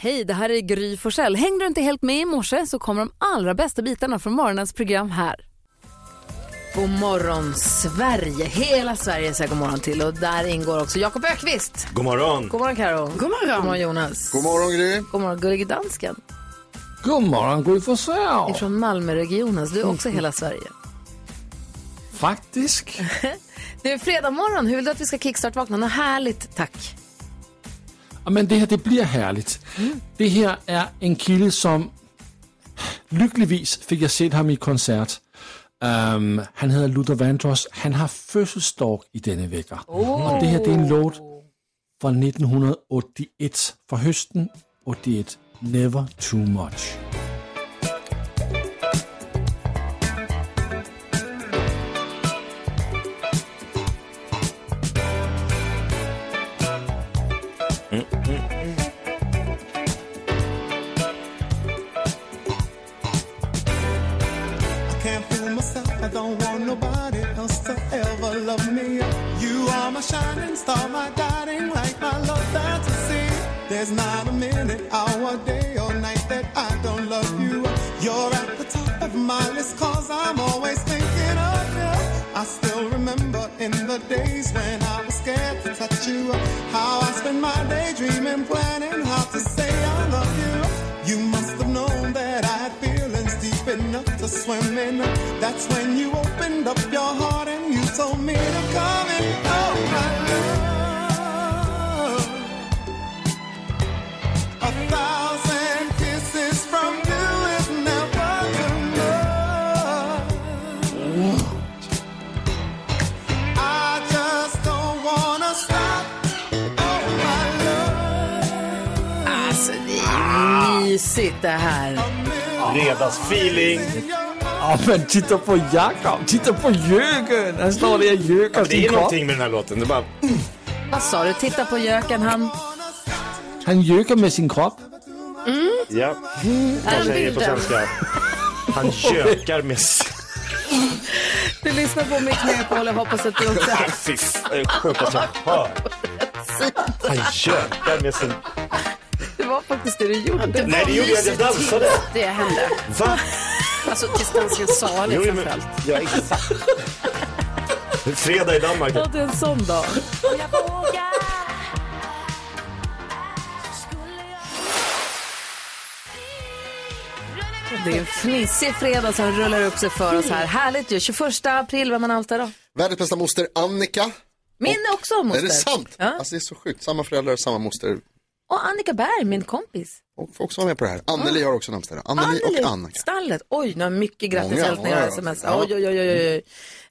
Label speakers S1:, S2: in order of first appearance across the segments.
S1: Hej, det här är Gry Forssell. Hängde du inte helt med i morse så kommer de allra bästa bitarna från morgonens program här. God morgon, Sverige. Hela Sverige säger god morgon till och där ingår också Jakob Ökvist.
S2: God morgon.
S1: God morgon, Karo. God morgon. God morgon, Jonas.
S3: God morgon, Gry.
S1: God morgon, Gullige Dansken.
S4: God morgon, Gry Forssell.
S1: Ifrån Malmöregionen, så du är också hela Sverige.
S4: Faktisk.
S1: Det är fredag morgon. Hur vill du att vi ska kickstart-vakna? Något härligt, tack.
S4: Ja, Men det här det blir härligt. Det här är en kille som... Lyckligtvis fick jag sett honom i konsert. Ehm, han heter Luther Vandross. Han har födelsedag i denna vecka. Och det här det är en låt från 1981. Från hösten 81. Never too much.
S5: I can't fool myself. I don't want nobody else to ever love me. You are my shining star, my guiding light, my love fantasy. There's not a minute, hour, day, or night that I don't love you. You're at the top of my list, cause I'm always thinking of you. I still remember in the days when I was scared to touch you. How I spent my day dreaming, planning how to say I love you. You must have known that I had feelings deep enough to swim in. That's when you opened up your heart and you told me to come and oh my love. A thousand kisses from you is never enough. I just don't wanna stop. Oh my love.
S1: Alltså, det är ju mysigt det här.
S2: Fredagsfeeling.
S4: Ja, men titta på Jakob! Titta på Jöken! Han står där och gökar
S2: Det
S4: sin
S2: är
S4: kropp.
S2: någonting med den här låten. Det är bara,
S1: Vad sa du? Titta på göken, han...
S4: Han gökar med sin kropp.
S2: ja,
S1: Är
S2: jag säger det på
S1: bilden?
S2: svenska. Han kökar med sin...
S1: Du lyssnar på Mix Megapol och hoppas att du också...
S2: Äh, Fy f- det är det sjukaste jag hör. Han kökar med sin...
S1: Det var faktiskt det du gjorde.
S2: Nej, det gjorde jag inte. Jag dansade.
S6: Det hände.
S2: Va?
S6: Alltså tills dansken sa det
S2: Jo, men-
S6: framförallt.
S2: Ja, exakt. Det är fredag i Danmark.
S1: Var det en sån dag? Det är en fnissig fredag som rullar upp sig för oss här. Härligt ju. 21 april, vad man alltid då?
S3: Världens bästa moster, Annika.
S1: Min också moster.
S3: Är det sant?
S1: Ja.
S3: Alltså det är så sjukt. Samma föräldrar, samma moster.
S1: Och Annika Berg, min kompis.
S3: Och får också vara med på det här. Anneli har också namnsdag. Anneli
S1: Anneli,
S3: och Annika.
S1: Stallet. Oj, nu har mycket grattishälsningar
S3: Många,
S1: och sms.
S3: många.
S1: Oj, oj, oj, oj,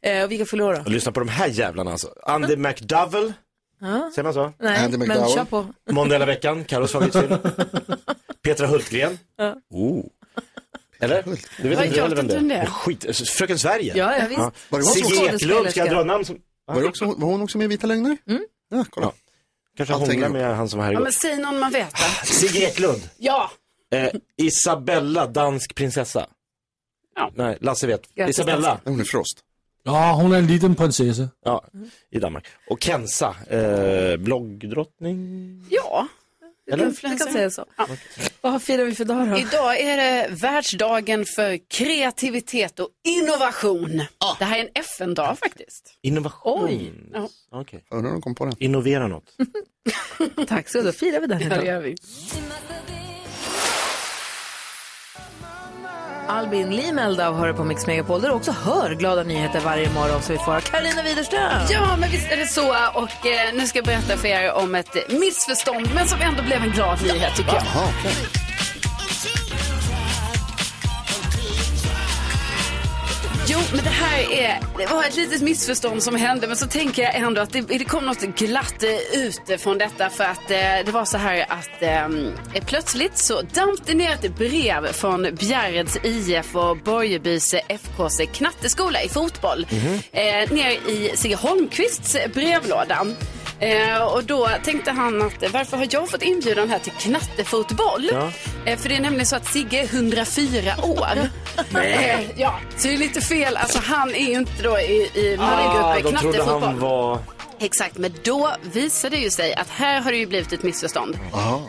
S1: oj. Eh, och vilka förlorar då?
S2: Lyssna på de här jävlarna alltså. Andy McDowell. Säger man så?
S1: Nej,
S3: Andy
S1: men
S3: McDowell.
S1: kör på.
S2: Måndag hela veckan, Carros favoritfilm. Petra Hultgren. Oh. Eller? Du vet
S6: Vad
S2: inte
S6: gör
S2: heller vem det
S6: du
S2: är?
S6: det?
S2: Skit, Fröken Sverige.
S1: Ja, ja, visst.
S3: Var det hon som-
S2: Sigge Eklund, ska
S1: Skådespelerska.
S2: jag dra namn som...
S3: Var, det också, var hon också med i Vita Lögner?
S1: Mm.
S3: Ja, kolla.
S2: Kanske
S3: Allt hänger
S2: hånglar
S3: ihop.
S2: med han som var här
S6: Ja,
S2: igår.
S6: men säg någon man vet. va?
S2: Sigge Eklund.
S6: Ja.
S2: Eh, Isabella, dansk prinsessa.
S6: Ja.
S2: Nej, Lasse vet.
S1: Grattis,
S2: Isabella,
S3: Hon är Frost.
S4: Ja, hon är en liten prinsessa.
S2: ja, i Danmark. Och Kenza, eh, bloggdrottning.
S6: Ja.
S2: Eller?
S1: Jag kan säga så. Vad firar vi för dag då?
S6: Idag är det världsdagen för kreativitet och innovation. Det här är en FN-dag faktiskt.
S2: Innovation.
S6: Ja.
S2: Okej.
S3: Undrar om de kom på den.
S2: Innovera något.
S1: Tack så då firar vi den
S6: Ja, det
S1: idag.
S6: gör vi.
S1: Albin Limelda hör på Mix Megapol där du också hör glada nyheter varje morgon som vi får av Carolina Widerström.
S6: Ja, men visst är det så. Och eh, nu ska jag berätta för er om ett eh, missförstånd, men som ändå blev en glad nyhet tycker jag.
S3: Jaha, okej.
S6: Jo, men det här är, det var ett litet missförstånd som hände, men så tänker jag ändå att det, det kom något glatt eh, ut från detta för att eh, det var så här att eh, plötsligt så damp det ner ett brev från Bjärreds IF och eh, Borgebys FKs knatteskola i fotboll eh, ner i Sigge Holmqvists brevlåda. Eh, och då tänkte han att eh, varför har jag fått inbjudan här till knattefotboll?
S2: Ja.
S6: Eh, för det är nämligen så att Sigge är 104 år. Eh, ja, så det är lite fel. Alltså han är ju inte då i, i
S2: Ah,
S6: Malmögruppen
S2: de trodde
S6: knattefotboll.
S2: han var...
S6: Exakt, men då visade det ju sig att här har det ju blivit ett missförstånd.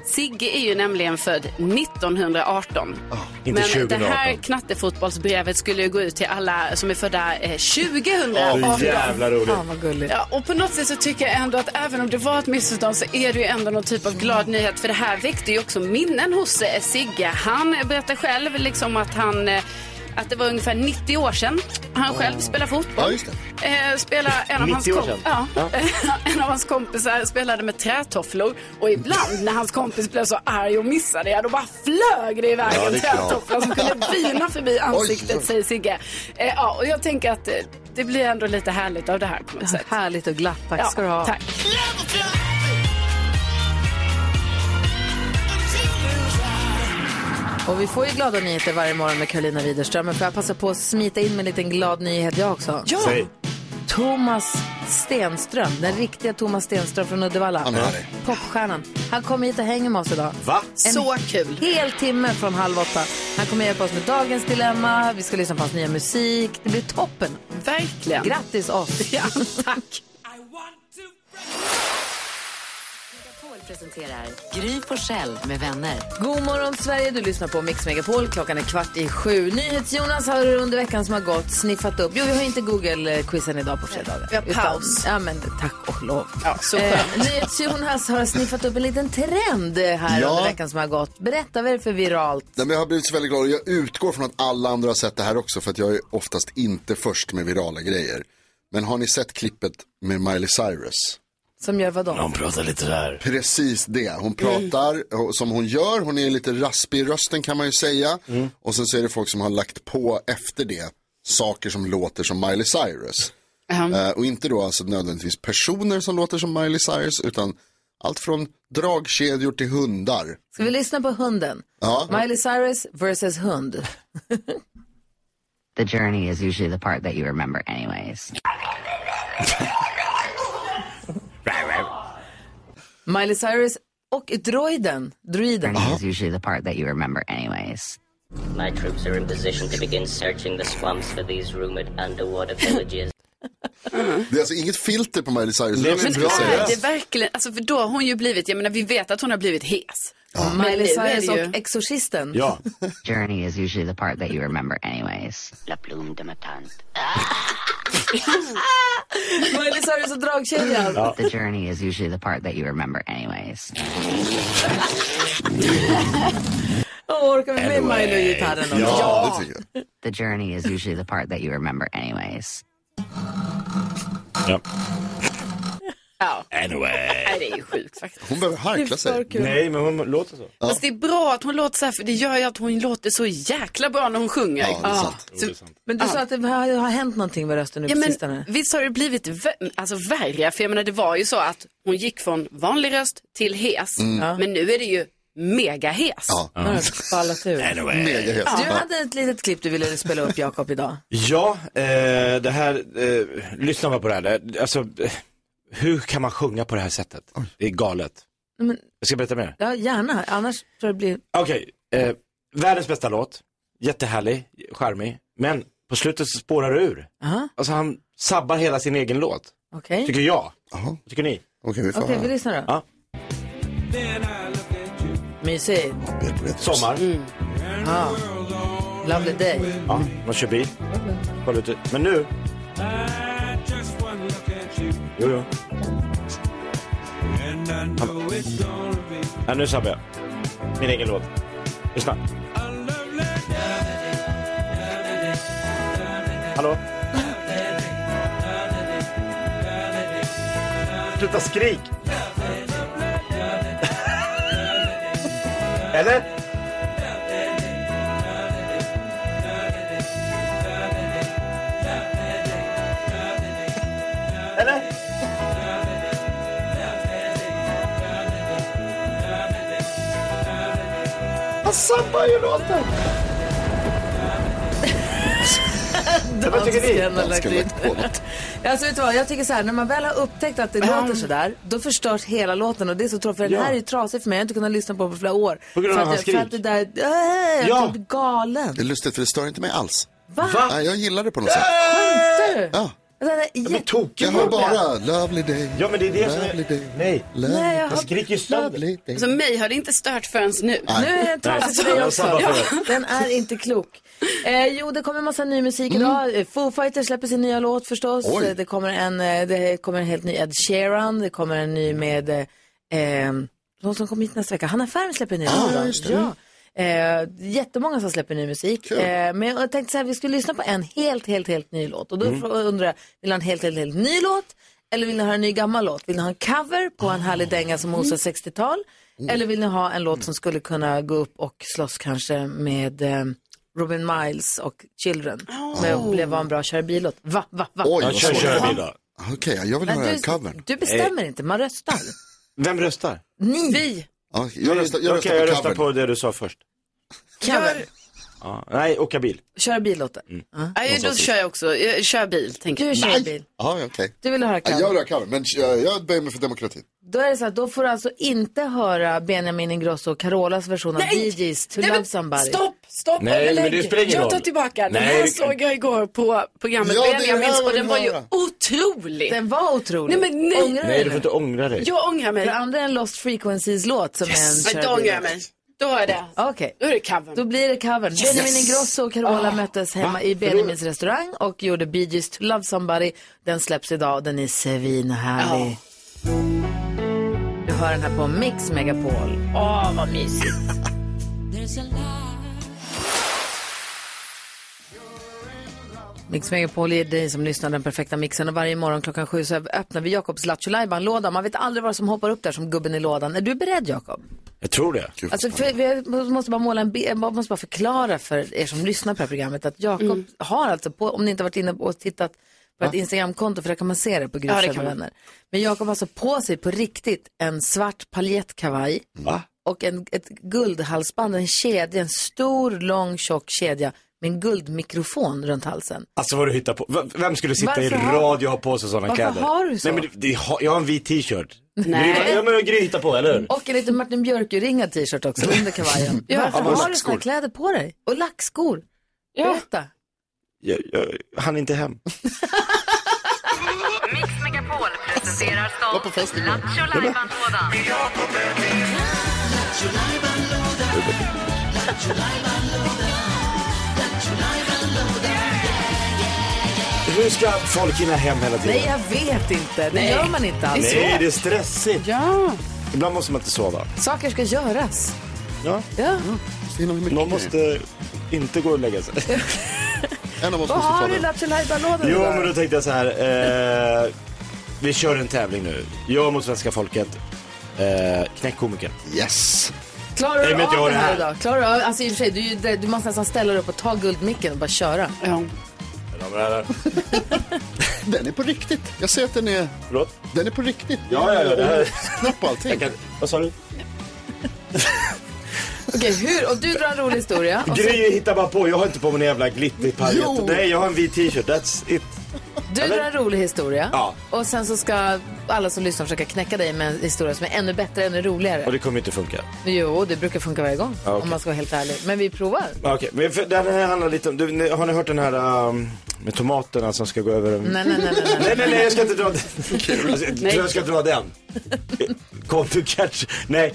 S6: Sigge är ju nämligen född 1918.
S2: Ah, Inte
S6: men det här
S2: 2018.
S6: knattefotbollsbrevet skulle ju gå ut till alla som är födda eh, 2018.
S2: Åh, jävla roligt.
S1: Fan vad gulligt.
S6: Ja, och på något sätt så tycker jag ändå att även om det var ett missförstånd så är det ju ändå någon typ av glad nyhet. För det här väckte ju också minnen hos eh, Sigge. Han berättar själv liksom att han eh, att det var ungefär 90 år sedan han själv spelade fotboll.
S3: Ja, just det.
S6: Eh, spela en, av hans
S2: 90 år
S6: kom-
S2: sedan.
S6: ja. en av hans kompisar spelade med trätofflor och ibland när hans kompis blev så arg och missade jag då bara flög det iväg
S2: Ja, det
S6: en
S2: är klart.
S6: trätoffla som kunde vina förbi ansiktet
S3: oj.
S6: säger Sigge. Eh, ja, och jag tänker att eh, det blir ändå lite härligt av det här på något sätt.
S1: Härligt och glatt. Tack
S6: Ja,
S1: ska du ha.
S6: Tack.
S1: Och vi får ju glada nyheter varje morgon med Karolina Widerström. Men får jag passa på att smita in med en liten glad nyhet jag också?
S2: Säg.
S1: Thomas Stenström, den riktiga Thomas Stenström från Uddevalla.
S3: Han är härlig.
S1: Popstjärnan. Han kommer hit och hänger med oss idag.
S2: Va?
S1: En
S6: Så kul.
S1: hel timme från halv åtta. Han kommer hjälpa oss med dagens dilemma, vi ska lyssna på hans nya musik. Det blir toppen.
S6: Verkligen.
S1: Grattis oss!
S6: Ja, tack.
S7: presenterar Gry Forssell med vänner.
S1: God morgon Sverige, du lyssnar på Mix Megapol. Klockan är kvart i sju. NyhetsJonas har under veckan som har gått sniffat upp. Jo, vi har inte Google-quizen idag på fredagar.
S6: Vi har
S1: Utan-
S6: paus.
S1: Ja, men tack och lov.
S6: Ja, så
S1: Eh,
S6: skönt.
S1: NyhetsJonas har sniffat upp en liten trend här
S3: Ja.
S1: under veckan som har gått. Berätta, vad är det för viralt?
S3: Nej, men jag har blivit så väldigt glad och jag utgår från att alla andra har sett det här också för att jag är oftast inte först med virala grejer. Men har ni sett klippet med Miley Cyrus?
S1: Som gör vadå?
S2: Hon pratar lite där.
S3: Precis det, hon
S1: Mm.
S3: pratar eh, som hon gör, hon är lite raspig i rösten kan man ju säga.
S1: Mm.
S3: Och sen så är det folk som har lagt på efter det saker som låter som Miley Cyrus. Eh, och inte då alltså nödvändigtvis personer som låter som Miley Cyrus utan allt från dragkedjor till hundar.
S1: Ska vi lyssna på hunden?
S3: Ja.
S1: Miley Cyrus versus hund.
S7: The journey is usually the part that you remember anyways.
S1: Miley Cyrus och droiden. Droiden.
S7: Journey is usually the part that you remember anyways.
S8: My troops are in position to begin searching the swamps for these rumored underwater villages.
S3: Det är alltså inget filter på Miley Cyrus.
S2: Nej,
S3: det vill
S2: men
S6: Men
S3: jag säga.
S6: är det verkligen, alltså för då har hon ju blivit, jag menar vi vet att hon har blivit hes. Men nu
S1: Miley
S6: är det
S1: Cyrus
S6: ju-
S1: och Exorcisten.
S2: Ja.
S7: Journey is usually the part that you remember anyways. La plume de ma tante.
S1: Miley Cyrus och dragkedjan.
S7: The journey is usually the part that you remember anyways.
S1: Åh, Orkar vi med Miley och gitarren också?
S3: Ja, det tycker jag.
S7: The journey is usually the part that you remember anyways.
S2: ja.
S6: Ja.
S2: Anyway.
S6: Nej, det är ju sjukt faktiskt.
S3: Hon behöver harkla sig.
S2: Nej, men hon låter så.
S6: Fast det är bra att hon låter så här, för det gör ju att hon låter så jäkla bra när hon sjunger.
S3: Ja, det är sant.
S6: Så,
S1: Men du sa att det har, har hänt någonting med rösten nu
S6: ja
S1: på
S6: men
S1: sistone.
S6: visst har det blivit vä- alltså, värre, för jag menar det var ju så att hon gick från vanlig röst till hes, men nu är det ju mega hes.
S3: Mm. Ja.
S1: Nu har det ballat ur.
S2: Anyway.
S3: Mega hes.
S1: Du hade ett litet klipp du ville spela upp, Jakob, idag.
S2: Ja, eh, det här, eh, lyssna bara på det här. Det- Alltså, eh, hur kan man sjunga på det här sättet? Det är galet.
S1: Men-
S2: Jag ska berätta mer.
S1: Ja, gärna. Annars tror jag det blir...
S2: Okej, eh, världens bästa låt. Jättehärlig, charmig. Men på slutet så spårar det ur.
S1: Aha,
S2: Alltså han sabbar hela sin egen låt.
S1: okej.
S2: Tycker jag.
S3: Jaha.
S2: Tycker ni?
S3: Okej, vi får
S1: Okej, vi
S3: höra.
S1: lyssnar då.
S2: Ja.
S1: Mysigt.
S3: Bed Breathers.
S2: Sommar.
S1: Ja. Lovely day.
S2: Ja, man kör bil. Kolla ut. Men nu. Jo, jo. Ja, nu sabbar jag. Min egen låt. Lyssna. Hallå? Sluta skrik! Eller? Eller? Han sabbar ju låten! Vad tycker ni?
S1: Dansken har lagt
S3: Ska
S1: in.
S3: lägga på något.
S1: Alltså vet du vad, jag tycker så här, när man väl har upptäckt att det låter sådär, då förstörs hela låten och det är så tråkigt för den
S2: Ja.
S1: här är ju trasig för mig, jag har inte kunnat lyssna på den på flera år.
S2: På grund av
S1: för, att,
S2: hans
S1: jag- för att det
S2: skrik.
S1: där, äh, jag
S2: Ja.
S1: ja. blir galen.
S3: Det är lustigt för det stör inte mig alls.
S1: Va?
S3: Nej, jag gillar det på något sätt.
S1: Skämtar du?
S3: Ja.
S1: Jag
S2: blir tokig.
S3: Jag har bara lovely day.
S2: Ja, men det är det som
S3: lovely
S2: är...
S3: day.
S2: Nej.
S3: Lovely
S6: Nej, jag
S2: Jag Alltså- skriker ju sönder.
S3: lovely day.
S6: Så mig har det inte stört förrän nu.
S1: Nu är den trasig för dig
S2: jag
S1: också.
S2: sabbar för
S1: Ja. Den är inte klok. Eh, jo, det kommer en massa ny musik idag. Foo Fighters släpper sin nya låt förstås.
S3: Mm. Oj.
S1: Eh, Det kommer, en, eh, det kommer en helt ny Ed Sheeran. Det kommer en ny med eh, eh, de som kom hit nästa vecka. Hanna Färm släpper en ny
S3: Ah,
S1: låt. idag.
S3: just det.
S1: Ja. Eh, jättemånga som släpper ny musik.
S3: Kul.
S1: Eh, men jag tänkte så här, vi skulle lyssna på en helt, helt, helt ny låt. Och då
S3: Mm.
S1: frå- undrar jag, vill ni ha en helt, helt, helt ny låt? Eller vill ni ha en ny gammal låt? Vill ni ha en cover på en
S3: Ah.
S1: härlig dänga som
S3: Mm.
S1: mosar 60-tal? Eller vill ni ha en låt som skulle kunna gå upp och slåss kanske med eh, Robin Miles och Children? Med blev vara en bra köra bil Va, va, va?
S3: Oh. Oj,
S2: Jag
S3: vad
S2: kör,
S3: svårt.
S2: kör bil då.
S3: Okej, jag vill
S1: Men
S3: höra
S1: du,
S3: den covern. Eh.
S1: du bestämmer inte, man röstar.
S2: Vem röstar?
S1: Ni!
S6: Vi.
S3: Ja, jag röstar, jag röstar
S2: Okej, Mm. jag
S3: på
S2: röstar
S3: covern.
S2: på det du sa först.
S1: Cover.
S2: Ja. Nej, åka bil.
S1: Köra bil-låten.
S3: Mm.
S1: Ja.
S6: Nej, då kör jag också. Jag kör bil, tänker
S1: Du
S6: jag.
S1: kör bil.
S3: Ja, okej.
S1: Du vill höra
S3: Ja,
S1: cover.
S3: Jag vill ha covern, men jag, jag böjer mig för demokratin.
S1: Då är det så att då får du alltså inte höra Benjamin Ingrosso och Carolas version av
S6: Nej!
S1: DJs To
S6: Nej,
S1: Love
S6: men
S1: Somebody.
S6: Stopp, stopp,
S2: Nej,
S6: eller
S2: men
S6: lägg.
S2: det spelar ingen
S6: Jag tar
S2: roll.
S6: tillbaka. Den
S2: Nej,
S6: här
S2: det-
S6: såg jag igår på programmet
S3: Ja, det är det här
S6: Benjamins
S3: jag
S6: och
S3: vill
S6: den var ju
S3: höra.
S6: otrolig.
S1: Den var otrolig.
S6: Nej, men nej.
S1: Ångrar
S2: Nej,
S1: du
S2: du får
S1: dig?
S2: inte ångra dig.
S6: Jag ångrar mig.
S1: Det andra är en Lost Frequencies-låt som är en
S6: Men
S1: Köra
S6: då ångrar
S1: bil-låt.
S6: jag mig. Då är det,
S1: Okej.
S6: då är det covern.
S1: Då blir det covern. Benjamin Ingrosso och Carola möttes hemma i Benjamins restaurang och gjorde Bee Gees To Love Somebody. Den släpps idag och den är svinhärlig. Du hör den här på Mix Megapol. Åh, vad mysigt. Mix Megapol är dig som lyssnar den perfekta mixen och varje morgon klockan sju så öppnar vi Jakobs Lattjo låda Man vet aldrig vad som hoppar upp där som gubben i lådan. Är du beredd Jakob?
S2: Jag tror det.
S3: Gud,
S1: Alltså, för, vi måste bara måla en bi- jag måste bara förklara för er som lyssnar på det här programmet att Jakob har alltså, på, om ni inte varit inne och tittat på ett Instagramkonto, för där kan man se det på
S6: det
S1: Gryfsjö
S6: kan
S1: med
S6: man.
S1: vänner. Men Jakob har alltså på sig på riktigt en svart paljettkavaj
S2: Va?
S1: och en, ett guldhalsband, en kedja, en stor, lång, tjock kedja med en guldmikrofon runt halsen.
S2: Alltså vad du hittar på. V- Vem skulle sitta i
S1: Varför har-
S2: radio och ha på sig sådana
S1: Varför
S2: kläder?
S1: har du så?
S2: Nej, men det, det, har- jag har en vit t-shirt.
S6: Nej.
S2: Ja, men Gry hittar på, eller hur?
S1: Och en liten Martin Björk-ringad t-shirt också under kavajen. Varför
S3: och
S1: har du
S3: lackskor.
S1: sådana kläder på dig? Och lackskor. Berätta.
S2: Jag, jag, han är inte hem.
S9: Mix Megapol presenterar
S3: Var på fest
S9: stolt
S3: igår.
S9: Lattjo Lajban-lådan.
S2: Hur ska folk hinna hem hela tiden?
S1: Nej, jag vet inte. Det gör man inte alls.
S2: Nej, det är stressigt.
S6: Ja.
S2: Ibland måste man inte sova.
S1: Saker ska göras. Mm.
S2: Ja.
S1: Ja.
S3: så himla mycket
S2: Någon
S3: grejer.
S2: måste inte gå och lägga sig.
S3: En av oss måste
S1: Vad
S3: ta
S1: har du i
S3: den.
S1: Lattjo Lajban-lådan
S2: Jo,
S1: idag?
S2: men då tänkte jag så här. Eh, vi kör en tävling nu. Jag mot svenska folket. Eh, knäck komikern.
S3: Yes.
S1: Klarar
S2: Nej,
S1: du
S2: men
S1: av
S2: jag har
S1: det
S2: det
S1: här
S2: här.
S1: idag? Klarar du av, alltså i och för sig, du, är ju där- du måste nästan ställa dig upp och ta guldmicken och bara köra.
S6: Ja.
S3: Den är på riktigt. Jag ser att den är,
S2: Förlåt?
S3: den är på riktigt.
S2: Ja, ja, ja, det här-
S3: Knapp och allting.
S2: Jag kan... Vad sa du?
S1: Okej, hur? Och du drar en rolig historia. Och så,
S2: Gry hittar bara på. Jag har inte på mig någon jävla glittrig paljett.
S3: Jo.
S2: Nej, jag har en vit t-shirt. That's it.
S1: du drar en rolig historia.
S2: Ja.
S1: Och sen så ska alla som lyssnar försöka knäcka dig med en historia som är ännu bättre, ännu roligare.
S2: Och det kommer inte funka.
S1: Jo, det brukar funka varje gång.
S2: Ja, okej.
S1: Om man ska vara helt ärlig. Men vi provar.
S2: Ja, Ah, Okej, men för, den här handlar lite om... Du, ni- har ni hört den här um, med tomaterna som ska gå över en...
S1: Nej, nej, nej, nej.
S2: Nej,
S1: nej.
S2: nej, nej, jag ska inte dra den. Alltså, jag tror jag ska dra den. Kom du catch. Nej,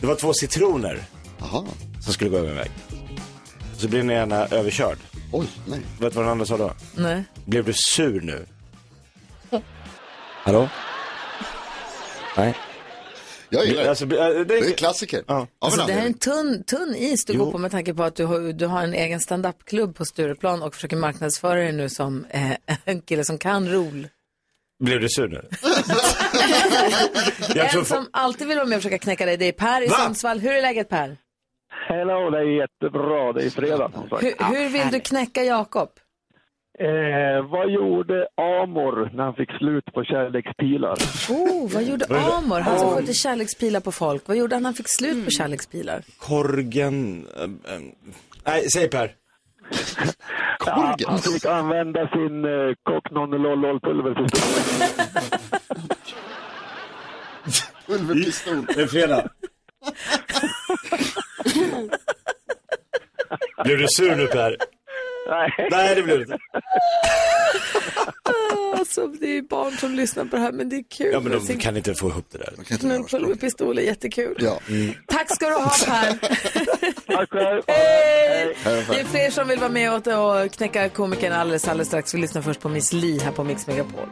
S2: det var två citroner
S3: Jaha.
S2: som skulle gå över en väg. Så blev den ena överkörd.
S3: Oj, nej.
S2: Vet du vad den andra sa då?
S1: nej.
S2: Blev du sur nu? Hallå? Nej.
S3: Jag gillar det.
S2: Alltså, det är,
S3: Det är klassiker.
S2: Ja.
S3: Av en
S1: Alltså, det här är en
S3: anledning.
S1: tunn, tunn is du
S2: Jo.
S1: går på med tanke på att du har, du har en egen standupklubb på Stureplan och försöker marknadsföra dig nu som eh, en kille som kan rol.
S2: Blev du sur nu? jag tror...
S1: En som alltid vill vara med och försöka knäcka dig, det är Per i
S2: Va?
S1: Sundsvall. Hur är läget Per?
S10: Hello, det är jättebra. Det är fredag som sagt.
S1: Hur, hur vill du knäcka Jakob?
S10: Eh, vad gjorde Amor när han fick slut på kärlekspilar?
S1: Oh, vad gjorde Amor? Han som skötte kärlekspilar på folk. Vad gjorde han när han fick slut på kärlekspilar?
S2: Korgen... ehm, ehm, nej, säg Per.
S10: Ja, han fick använda sin eh, kocknonnelollolpulver till slut.
S3: Pulverpistol.
S2: Det är fredag. Blev du sur nu Per?
S10: Nej,
S2: Nej, det blev du inte.
S11: alltså, det är barn som lyssnar på det här men det är kul.
S2: Ja, men de
S11: Sin
S2: kan inte få ihop det där.
S11: Knullpull med pistol är jättekul.
S3: Ja.
S1: Tack ska du ha Per.
S11: Hej!
S1: Hej. Det är fler som vill vara med åt och knäcka komikern alldeles, alldeles strax. Vi lyssnar först på Miss Li här på Mix Megapol.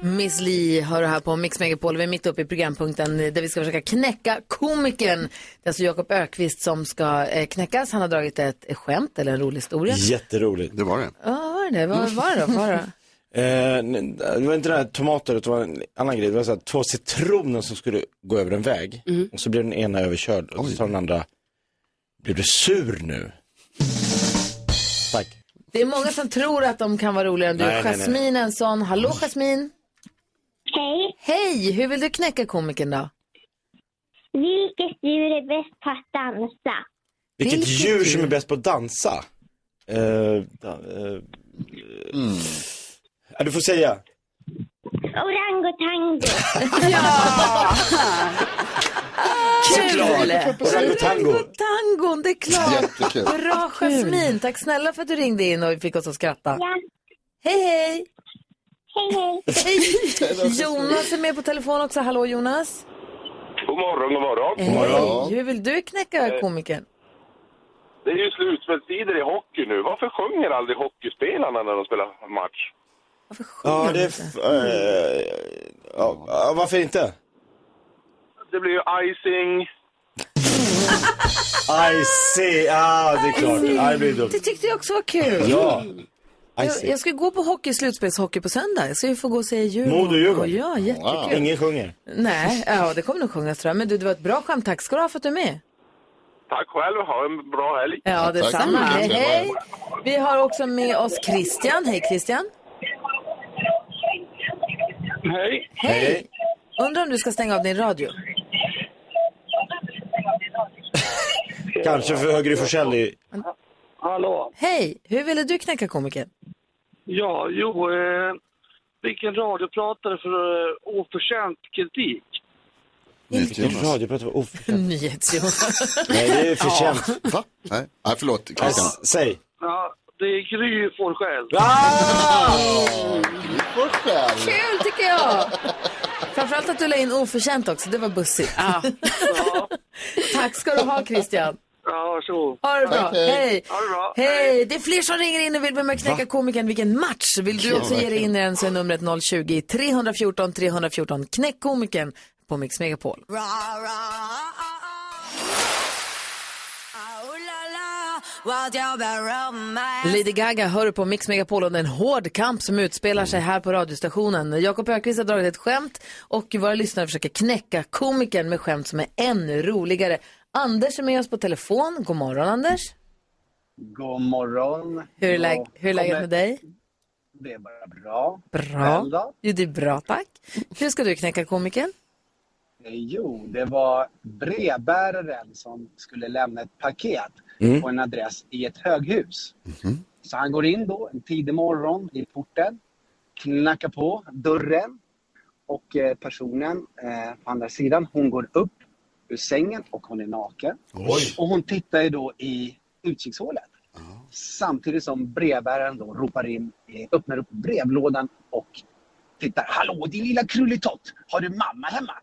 S1: Miss Li har du här på Mix Megapol. Vi är mitt uppe i programpunkten där vi ska försöka knäcka komikern. Det är alltså Jakob Ökvist som ska eh, knäckas. Han har dragit ett skämt eller en rolig historia.
S2: Jätteroligt.
S3: Det var det.
S1: Ja, vad var det? Vad var det då? Vad var det?
S2: Eh, n- det var inte det här tomater, utan det var en annan grej. Det var så här, två citroner som skulle gå över en väg. Och så blev den ena överkörd och så sa den andra, blir du sur nu? Tack.
S1: Det är många som tror att de kan vara roligare än du.
S2: Nej, nej, nej.
S1: Jasmin är en sån. Hallå Jasmin! Hej! Hej! Hur vill du knäcka komikern då?
S12: Vilket djur är bäst på att dansa?
S2: Vilket,
S12: Vilket
S2: djur som
S12: djur?
S2: är bäst på att dansa? Eh, da, eh, ja, du får säga.
S12: Orangotango.
S1: Kul!
S2: Orangotango.
S1: Tangon, det är klart!
S2: Jättekul.
S1: Bra Jasmin! Tack snälla för att du ringde in och fick oss att skratta. Hej hej!
S12: Hej
S1: hej! Jonas är med på telefon också. Hallå Jonas!
S13: God morgon, god morgon.
S1: Hej! Hur vill du knäcka komikern?
S13: Det är ju slutspelstider i hockey nu. Varför sjunger aldrig hockeyspelarna när de spelar match?
S2: Ja, det är... f- eh, ja, ja, varför inte?
S13: Det blir ju icing.
S2: I see, ah, det är klart. Ja, det blir dumt.
S1: Det tyckte jag också var kul.
S2: Ja, I
S1: Jag,
S2: see.
S1: jag ska gå på hockey, slutspelshockey på söndag. Jag ska ju få gå och se Djurgården.
S2: Modo Djurgården.
S1: Ja, jättekul.
S2: Ingen sjunger.
S1: Nej, ja, det kommer nog sjungas tror jag. Men du, det var ett bra skämt. Tack ska du ha för att du är med.
S13: Tack själv, ha en bra helg.
S1: Ja, detsamma. Hej, hej. Vi har också med oss Christian. Hej Christian.
S13: Hej.
S1: Hej. Undrar om du ska stänga av din radio?
S2: Kanske för Högry Forsell i...
S14: Hallå.
S1: Hej, hur ville du knäcka komikern?
S14: Ja, jo. Eh, vilken radiopratare för eh, oförtjänt kritik.
S2: Vilken radiopratar var oförtjänt.
S1: Nyhets-Jonas.
S2: Nej, det är förtjänt.
S3: Va? Nej, Nej förlåt Christian.
S2: Säg. Ah,
S14: Ja, det är Gry Forssell.
S1: Kul tycker jag! Framförallt att du la in oförtjänt också, det var bussigt. Tack ska du ha Christian.
S14: Ja, varsågod.
S1: Ha det bra.
S14: Hej, hej.
S1: Hej.
S14: Ha det bra.
S1: Hej. Det är fler som ringer in och vill vara med och knäcka komikern. Vilken match! Vill du
S14: Ja,
S1: också ge dig in i den så är numret 020-314 314. Knäck komikern på Mix Megapol. Lady Gaga hör på Mix Megapol om en hård kamp som utspelar sig här på radiostationen. Jakob Ökvist har dragit ett skämt och våra lyssnare försöker knäcka komikern med skämt som är ännu roligare. Anders är med oss på telefon. God morgon Anders.
S15: God morgon.
S1: Hur är, läg- hur är läget med dig?
S15: Det är bara bra.
S1: Bra.
S15: Själv då?
S1: Jo, det är bra tack. Hur ska du knäcka komikern?
S15: Eh, Jo, det var brevbäraren som skulle lämna ett paket
S16: Mm.
S15: på en adress i ett höghus. Så han går in då en tidig morgon i porten, knackar på dörren och eh, personen eh, på andra sidan, hon går upp ur sängen och hon är naken. Och hon tittar ju då i utsiktshålet. Samtidigt som brevbäraren då ropar in, eh, öppnar upp brevlådan och tittar. Hallå din lilla krulletott! Har du mamma hemma?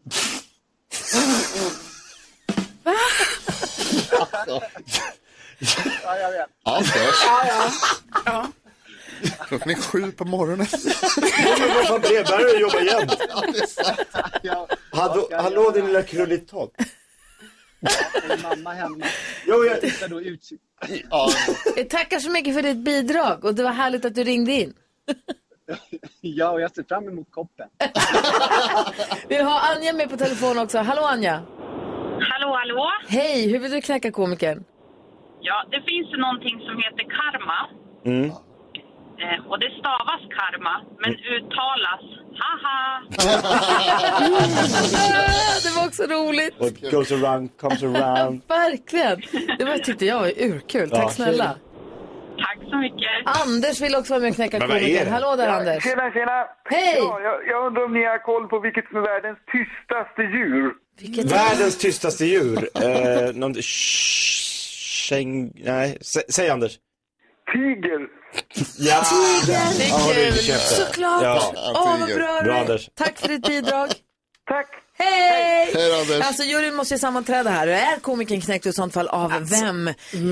S15: ja, jag vet.
S3: Anders,
S15: Ja, ja.
S3: klockan är sju på morgonen.
S2: Vad fan, brevbäraren jobbar jämt. Hallå, hallå din lilla krullitott.
S15: Har du mamma hemma?
S2: Jo,
S15: jag tittar då i utsikt.
S1: Eh, Tackar så mycket för ditt bidrag och det var härligt att du ringde in.
S15: Ja, och jag ser fram emot koppen.
S1: Vi har Anja med på telefon också. Hallå Anja!
S9: Hallå, hallå.
S1: Hej, hur vill du knäcka komikern?
S9: Ja, det finns någonting som heter karma.
S2: Mm.
S9: eh, Och det stavas karma, men uttalas haha.
S1: det var också roligt.
S2: What goes around comes around.
S1: Verkligen! Det var, tyckte jag var urkul.
S2: Ja.
S1: Tack snälla.
S9: Tack så mycket.
S1: Anders vill också vara med och knäcka
S17: Men vad är
S1: komikern.
S17: det?
S1: Hallå där
S17: Ja,
S1: Anders.
S17: Tjena, tjena!
S1: Hej!
S17: Ja, jag, jag undrar om ni har koll på vilket som är världens tystaste djur?
S2: Världens tystaste djur. Eh, någon... Shh, Sheng... Nej, sä, säg Anders.
S17: Tiger.
S2: Ja!
S1: Tiger!
S2: Ja, håll i käften.
S1: Såklart!
S2: Ja.
S1: Åh, vad bra,
S2: Bra,
S1: Roy.
S2: Anders.
S1: Tack för ditt bidrag. Tack! Hej!
S2: Hej då, Anders.
S1: Alltså juryn måste ju sammanträda här. Är komikern knäckt och i sånt fall av vem?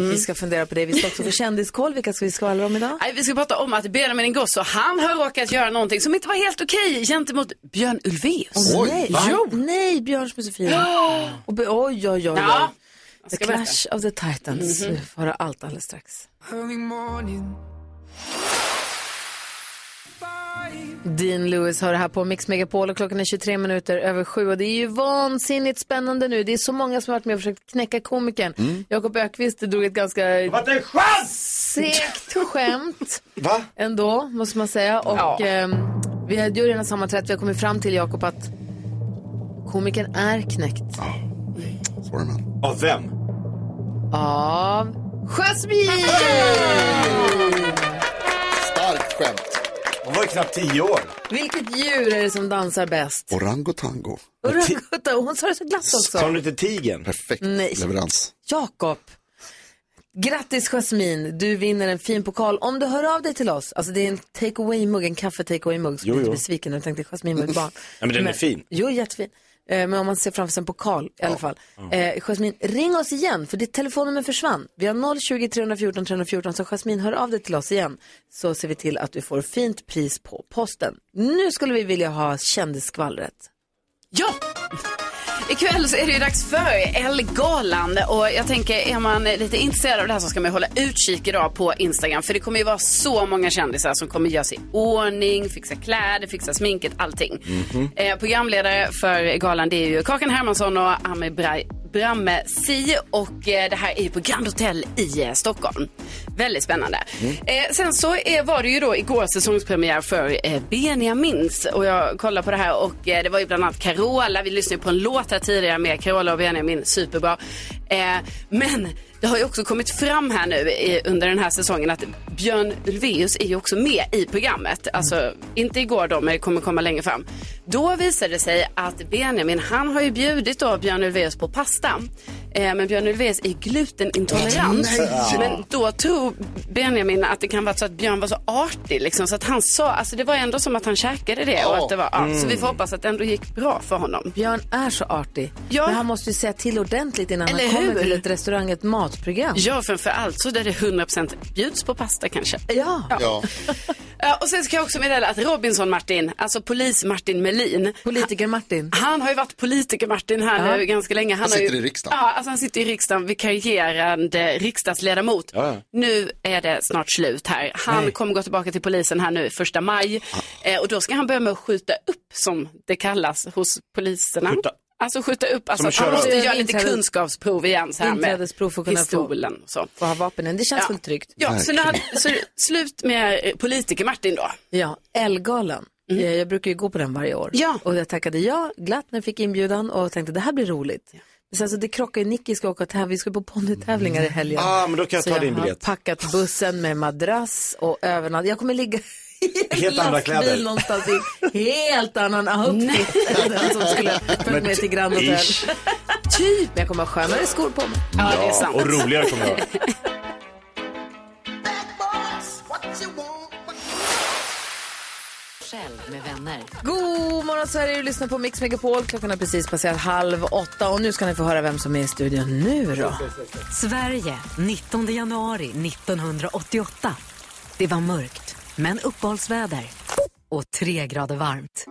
S1: Vi ska fundera på det. Vi ska också få kändiskoll. Vilka ska vi skvallra om idag?
S6: Nej, vi ska prata om att Benjamin Ingrosso, han har råkat göra någonting som inte var helt okej gentemot Björn Ulvaeus.
S1: Åh, nej. Jo. nej, Björns med Sofia.
S6: Ja.
S1: Och be- oj, oj, oj. oj.
S6: Ja.
S1: The
S6: ska berätta.
S1: Clash of the Titans.
S6: Mhm.
S1: Vi får höra allt alldeles strax.
S5: Early morning.
S1: Dean Lewis hör det här på Mix Megapol och klockan är 23 minuter över sju och det är ju vansinnigt spännande nu. Det är så många som har varit med och försökt knäcka komikern.
S5: Mm.
S1: Jakob Ökvist drog ett ganska...
S5: Vad en
S1: Segt skämt.
S2: Va?
S1: Ändå, måste man säga. Och
S5: Ja.
S1: ehm, vi har ju redan sammanträtt. Vi har kommit fram till, Jakob, att komikern är knäckt.
S2: Av vem?
S1: Av Jasmine!
S3: Starkt skämt.
S2: Hon var ju knappt tio år.
S1: Vilket djur är det som dansar bäst?
S3: Orangotango.
S1: Orangutan. Hon sa det så glatt
S2: Sa hon
S1: också.
S2: inte tigern?
S3: Perfekt
S1: Nej.
S3: leverans.
S1: Jakob. Grattis Jasmine, du vinner en fin pokal. Om du hör av dig till oss, alltså det är en take away-mugg, en kaffe take away-mugg. Så
S2: Jo,
S1: blir du
S2: jo.
S1: besviken när du tänkte Jasmine var ett barn.
S2: Ja, men den är fin.
S1: Jo, jättefin. Eh, Men om man ser framför sig en pokal i alla fall.
S2: Ja.
S1: Eh, Jasmine, ring oss igen för ditt telefonnummer försvann. Vi har 020 314 314 så Jasmine hör av dig till oss igen. Så ser vi till att du får fint pris på posten. Nu skulle vi vilja ha kändisskvallret.
S6: Ja! Ikväll så är det ju dags för Ellegalan och jag tänker är man lite intresserad av det här så ska man hålla utkik idag på Instagram för det kommer ju vara så många kändisar som kommer göra sig i ordning, fixa kläder, fixa sminket, allting. Eh, programledare för galan det är ju Kakan Hermansson och Ami Bra- Bramme Si och eh, det här är ju på Grand Hotel i eh, Stockholm. Väldigt spännande. Eh, sen så eh, var det ju då igår säsongspremiär för eh, Benjamins och jag kollade på det här och eh, det var ju bland annat Carola, vi lyssnade ju på en låt här tidigare med Carola och Benjamin, superbra. Eh, men det har ju också kommit fram här nu i, under den här säsongen att Björn Ulvaeus är ju också med i programmet. Alltså inte igår då, men det kommer komma längre fram. Då visade det sig att Benjamin, han har ju bjudit då Björn Ulvaeus på pasta. Eh, men Björn Ulvaeus är glutenintolerant.
S5: Nej.
S6: Men då tror Benjamin att det kan vara så att Björn var så artig liksom, så att han sa, alltså det var ändå som att han käkade det och att det var, ja, så vi får hoppas att det ändå gick bra för honom.
S1: Björn är så artig.
S6: Ja.
S1: Men han måste ju säga till ordentligt innan
S6: Eller
S1: han kommer
S6: hur?
S1: till ett restaurang, ett matprogram.
S6: Ja, framför allt så där det 100% bjuds på pasta kanske.
S1: Ja.
S3: Ja.
S6: Ja, Eh, och sen ska jag också meddela att Robinson-Martin, alltså polis-Martin Melin.
S1: Politiker-Martin.
S6: Han har ju varit politiker-Martin här
S3: Ja.
S6: nu ganska länge.
S3: Han
S6: har
S3: sitter
S6: ju,
S3: i riksdagen.
S6: Ja, alltså han sitter i riksdagen, vikarierande riksdagsledamot. Nu är det snart slut här. Han kommer gå tillbaka till polisen här nu första maj. Eh, och då ska han börja med att skjuta upp, som det kallas hos poliserna. Alltså skjuta upp, alltså
S1: Som
S6: att han
S1: köra
S6: måste
S1: upp.
S6: göra lite
S1: Inträdes-
S6: kunskapsprov igen så här med
S1: Inträdesprov för att kunna få,
S6: pistolen och så.
S1: få ha vapenen. Det känns väl tryggt?
S6: Ja, så, nu hade, så slut med politiker-Martin då.
S1: Ja, Elgalan.
S2: Mm.
S1: Eh, Jag brukar ju gå på den varje år. Ja. Och jag tackade ja glatt när jag fick inbjudan och tänkte det här blir roligt. Men sen så det krockar ju, Nicky ska åka och tävla, vi ska på ponnytävlingar i helgen.
S2: Ah, men då kan jag
S1: så
S2: ta din
S1: har
S2: biljett.
S1: packat bussen med madrass och övernatt. Jag kommer ligga i en
S2: Helt andra
S1: lastbil
S2: kläder.
S1: någonstans i helt annan outfit än den som skulle följt
S2: Men
S1: med till Grand Hotel.
S2: ish.
S1: typ, men jag kommer ha skönare skor på mig.
S2: Och roligare kommer jag ihåg.
S1: Själv med vänner. God morgon Sverige, du lyssnar på Mix Megapol. Klockan har precis passerat halv åtta och nu ska ni få höra vem som är i studion nu då.
S16: Sverige, 19 januari 1988. Det var mörkt, men uppehållsväder och tre grader varmt.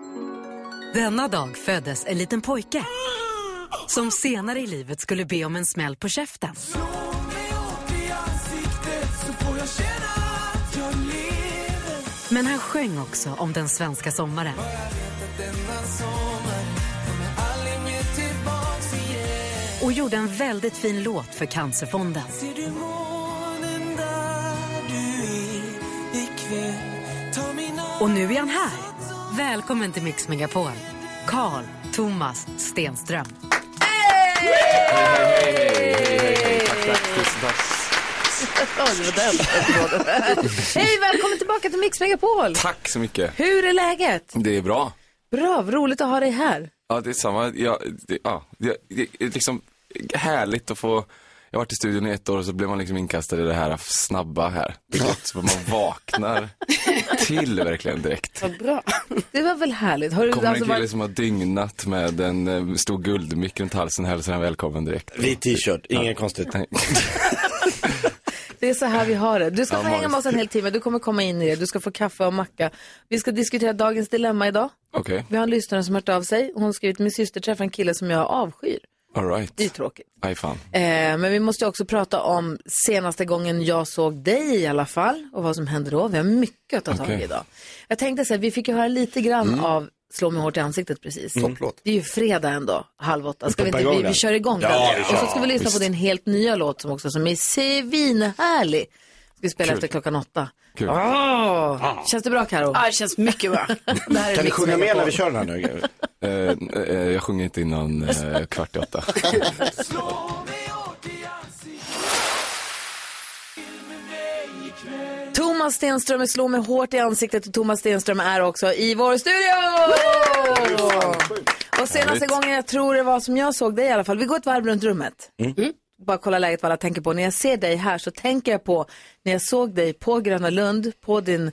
S16: Denna dag föddes en liten pojke som senare i livet skulle be om en smäll på käften. Men han sjöng också om den svenska sommaren. och gjorde en väldigt fin låt för Cancerfonden. Och nu är han här. Välkommen till Mix Megapol. Karl Thomas Stenström.
S1: Hej, välkommen tillbaka till Mix Megapol.
S18: Tack så mycket.
S1: Hur är läget?
S18: Det är bra.
S1: Bra, vad roligt att ha dig här.
S18: Ja, det är samma. Ja, det, ja, det, det är liksom härligt att få jag har varit i studion i ett år och så blev man liksom inkastad i det här snabba här. Vilket man vaknar till verkligen direkt.
S6: Vad bra.
S1: Det var väl härligt? Har du
S18: Kommer en
S1: alltså
S18: kille
S1: varit...
S18: som har dygnat med en eh, stor guldmick runt halsen hälsar han välkommen direkt.
S2: Vit t-shirt, inget konstigt.
S1: Det är så här vi har det. Du ska
S18: Ja,
S1: få hänga med
S18: magiskt.
S1: oss en hel timme. Du kommer komma in i det. Du ska få kaffe och macka. Vi ska diskutera dagens dilemma idag.
S18: Okej,
S1: Vi har en lyssnare som hört av sig. Hon har skrivit, min syster träffar en kille som jag avskyr.
S18: alright.
S1: Det är ju tråkigt.
S18: Aj fan.
S1: Eh, men vi måste ju också prata om senaste gången jag såg dig i alla fall och vad som hände då. Vi har mycket att ta tag i
S18: Okej.
S1: idag. Jag tänkte så här, vi fick ju höra lite grann av Slå mig hårt i ansiktet precis.
S18: Mm. Topplåt.
S1: Det är ju fredag ändå, halv åtta. Ska vi,
S18: Pumpa
S1: inte,
S18: igång
S1: vi, vi
S18: den.
S1: kör igång
S18: Ja,
S1: den.
S18: vi
S1: Och
S18: kör.
S1: så ska vi lyssna på
S18: Visst.
S1: din helt nya låt som också som är svinhärlig. Ska vi spela
S18: Kul.
S1: efter klockan åtta.
S18: Kul. Ah.
S1: Åh! Känns det bra Karo?
S6: Ja, det känns mycket bra.
S1: Ah, Det här är
S2: Kan du
S1: Mix
S2: sjunga med
S1: Megapol.
S2: när vi kör den här nu?
S18: Eh, eh, jag sjunger inte innan eh, kvart i åtta.
S1: Thomas Stenström är slår mig hårt i ansiktet och Thomas Stenström är också i vår studio! Och senaste
S6: Härligt.
S1: gången jag tror det var som jag såg dig i alla fall, vi går ett varv runt rummet. Bara kolla läget vad alla tänker på. När jag ser dig här så tänker jag på när jag såg dig på Gröna Lund på din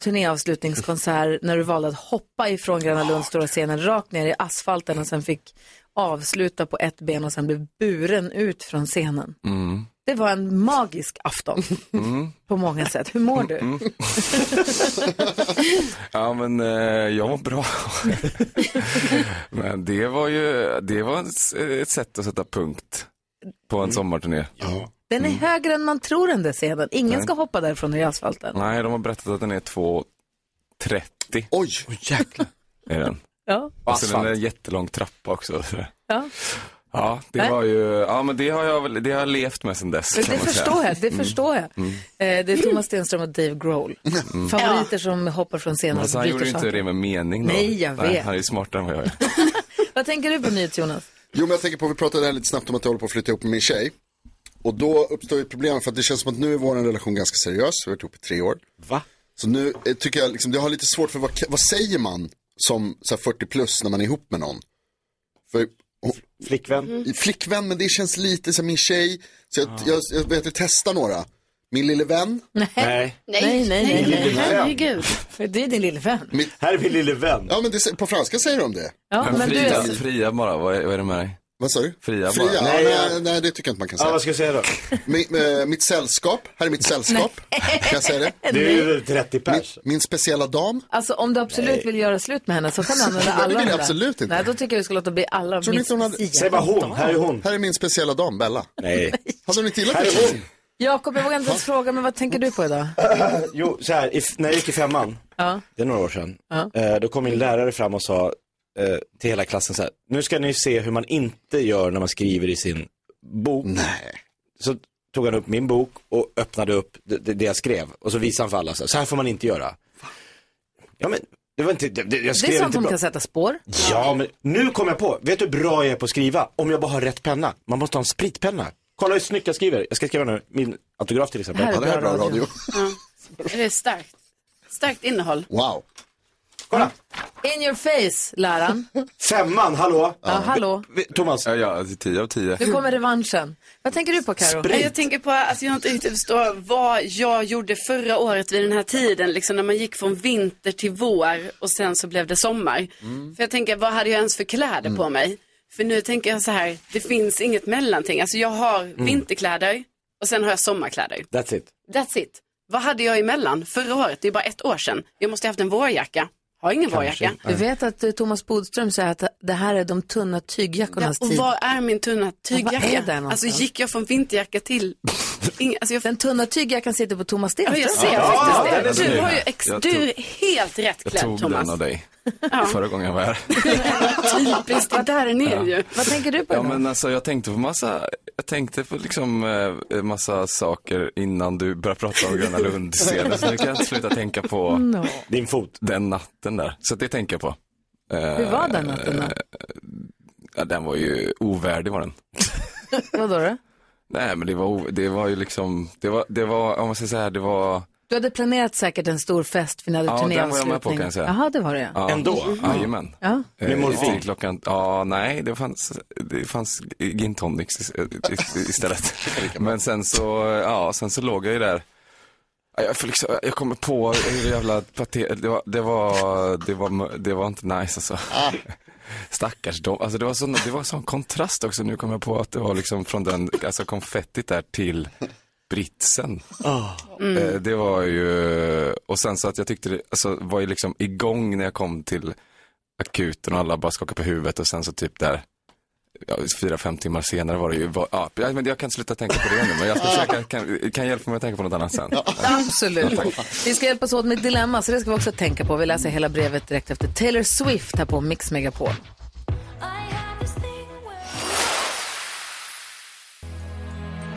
S1: turnéavslutningskonsert när du valde att hoppa ifrån Gröna Lunds stora scenen rakt ner i asfalten och sen fick avsluta på ett ben och sen blev buren ut från scenen.
S18: Mm.
S1: Det var en magisk afton
S18: Mm.
S1: på många sätt. Hur mår du?
S18: Mm. Ja men eh, jag mår bra. men det var ju, det var ett- ett sätt att sätta punkt på
S1: Mm.
S18: en sommarturné.
S1: Den är högre än man tror den där scenen. Ingen
S18: Nej.
S1: ska hoppa därifrån ner i asfalten.
S18: Nej, de har berättat att den är 2,30. Oj, jäklar. Är den.
S1: Ja.
S18: Och sen är det en jättelång trappa också.
S1: Ja.
S18: Ja,
S1: Nej.
S18: det var ju, ja men det har jag, väl- det har jag levt med sen dess.
S1: Men
S18: kan
S1: det
S18: man säga.
S1: förstår jag, det förstår jag.
S18: Mm.
S1: Eh, Det är Thomas Stenström och Dave Grohl.
S18: Mm.
S1: Favoriter som hoppar från
S18: Men
S1: scenen och
S18: alltså, han gjorde
S1: bryter
S18: ju inte
S1: saker.
S18: det med mening då.
S1: Nej, jag
S18: Nej,
S1: vet.
S18: han är ju smartare än vad jag är.
S1: Vad tänker du på nyhets Jonas?
S3: Jo, men jag tänker på, vi pratade här lite snabbt om att jag håller på att flytta ihop med min tjej. Och då uppstår ju ett problem för att det känns som att nu är vår relation ganska seriös. Vi har varit ihop i tre år.
S2: Va?
S3: Så nu eh, tycker jag liksom, jag har lite svårt för vad, vad säger man som så här 40 plus när man är ihop med någon? För,
S2: flickvän?
S3: Mm. Flickvän, men det känns lite som min tjej. Så
S2: Ah.
S3: jag, jag, jag vet att testa några. Min lille vän.
S2: Nej.
S1: Nej, nej,
S3: Min
S1: nej.
S3: lille
S1: nej.
S3: vän.
S1: Herregud. För det är din lille vän.
S2: Här är min lille vän.
S3: Ja, men det, sä- på franska säger de det.
S1: Ja,
S18: men
S1: men du
S18: fria,
S1: är...
S18: fria bara, vad är, vad är det med dig?
S3: Vad sa du?
S18: Fria,
S3: Fria?
S18: bara.
S3: Nej, nej, nej, det tycker jag inte man kan säga.
S2: Ja, vad ska jag säga då?
S3: Mi, eh, mitt sällskap, här är mitt sällskap. Kan jag säga det?
S1: Det är ju
S2: 30 pers.
S3: Min, min speciella dam.
S1: Alltså om du absolut vill göra slut med henne så kan du använda
S3: Nej, det
S1: alla
S3: vill jag
S1: de där.
S3: absolut inte.
S1: Nej, då tycker jag du ska låta bli alla
S3: Tror ni inte hon hade...
S1: mitt dam.
S3: Här är min speciella dam, Bella.
S2: Nej.
S3: Hade hon inte gillat
S2: Här är
S3: det?
S2: hon.
S1: Jakob, jag vågar inte ens fråga, men vad tänker du på idag?
S2: Jo, så här, i, f- när jag gick i femman,
S1: Ja.
S2: det är några år sedan,
S1: Ja.
S2: eh, då kom min lärare fram och sa eh, till hela klassen så här, nu ska ni se hur man inte gör när man skriver i sin bok. Så tog han upp min bok och öppnade upp det, det, det jag skrev och så visade han för alla, så här, så här får man inte göra. Ja, men, det var inte, det, det, jag skrev
S1: det är sånt
S2: inte
S1: som
S2: bra.
S1: kan sätta spår.
S2: Ja, men nu kom jag på. Vet du hur bra jag är på att skriva? Om jag bara har rätt penna. Man måste ha en spritpenna. Kolla hur snyggt jag skriver. Jag ska skriva nu, min autograf till exempel.
S6: Det här är Ja, det här är bra bra radio.
S2: radio.
S6: Ja. Det är starkt. Starkt innehåll.
S3: Wow.
S1: In your face, läraren.
S2: Femman, hallå?
S1: Ja, hallå.
S2: Thomas?
S18: Ja, ja, tio av tio.
S1: Nu kommer revanschen. Vad tänker du på Karo?
S6: Nej, Jag tänker på att jag inte riktigt förstår vad jag gjorde förra året vid den här tiden, liksom när man gick från vinter till vår och sen så blev det sommar.
S2: Mm.
S6: För jag tänker, vad hade jag ens för kläder på mig? För nu tänker jag så här, det finns inget mellanting. Alltså jag har vinterkläder och sen har jag sommarkläder.
S2: Mm. That's it.
S6: That's it. Vad hade jag emellan förra året? Det är bara ett år sedan. Jag måste ha haft en vårjacka. Har ingen vårjacka.
S1: Du vet att eh, Thomas Bodström säger att det här är de tunna tygjackornas
S6: och
S1: tid.
S6: var är min tunna
S1: Ja, vad är
S6: tygjacka?
S1: det någonstans?
S6: alltså gick jag från vinterjacka till... Ingen, alltså jag...
S1: Den tunna tygjackan sitter på Thomas
S6: Ja,
S1: Stenström.
S6: jag ser
S18: den är
S6: faktiskt det. Du
S18: snygg.
S6: har ju ex...
S18: Jag
S6: Du
S18: tog-
S6: är helt rätt
S18: Jag
S6: klädd,
S18: tog
S6: Thomas.
S18: den av dig
S6: Ja.
S18: förra gången jag var här.
S6: Typiskt, det där är ni
S18: Ja.
S6: ju.
S1: Vad tänker du på
S18: Ja
S1: idag?
S18: men alltså jag tänkte på massa, jag tänkte på liksom eh, massa saker innan du började prata om Gröna Lund scenen. Så nu kan jag inte sluta tänka på
S1: No.
S2: din fot.
S18: Den natten där, så det tänker jag på.
S1: Hur var den natten
S18: Eh,
S1: då?
S18: Ja, den var ju ovärdig var den.
S1: Vadå då?
S18: Nej men det var, o- det var ju liksom, det var, det var om man ska säga det var
S1: Du Du hade planerat säkert en stor fest för ni hade
S18: Ja, den var jag med på,
S1: turnéavslutning.
S18: kan jag säga.
S1: Jaha, det var det ja.
S18: Ja. Ändå? Jajamän.
S1: Ja.
S18: Eh,
S2: Med morfin?
S18: till Klockan, ja, nej, det fanns, det fanns gin tonics is- is- istället. Men sen så, ja, sen så låg jag ju där. Ja, Jag, får liksom, jag kommer på hur jävla pate, det var, det var, det var, det var inte nice alltså.
S2: Ah.
S18: Stackars dem. Alltså det var, sån, det var sån kontrast också. Nu kommer jag på att det var liksom från den, alltså konfettit där till britsen.
S2: Ah.
S5: Mm.
S18: Eh, Det var ju, och sen så att jag tyckte det, alltså var ju liksom igång när jag kom till akuten och alla bara skakade på huvudet och sen så typ där, ja, fyra, fem timmar senare var det ju, var, ja, jag- men jag kan inte sluta tänka på det nu, men jag ska försöka, kan, kan hjälpa mig att tänka på något annat sen.
S1: Absolut. Vi ska hjälpas åt med ett dilemma, så det ska vi också tänka på. Vi läser hela brevet direkt efter Taylor Swift här på Mix Megapol.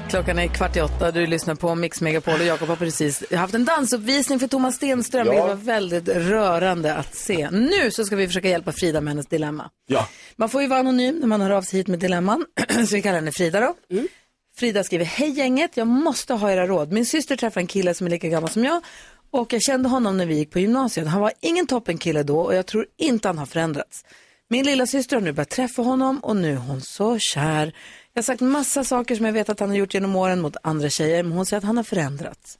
S1: Klockan är kvart i åtta, du lyssnar på Mix Megapol och Jakob har precis haft en dansuppvisning för Thomas Stenström.
S5: Ja.
S1: Det var väldigt rörande att se. Nu så ska vi försöka hjälpa Frida med hennes dilemma.
S2: Ja.
S1: Man får ju vara anonym när man hör av sig hit med dilemman. Så vi kallar henne Frida då. Frida skriver, hej gänget, jag måste ha era råd. Min syster träffade en kille som är lika gammal som jag och jag kände honom när vi gick på gymnasiet. Han var ingen toppenkille då och jag tror inte han har förändrats. Min lilla syster har nu börjat träffa honom och nu är hon så kär. Jag har sagt massa saker som jag vet att han har gjort genom åren mot andra tjejer, men hon säger att han har förändrats.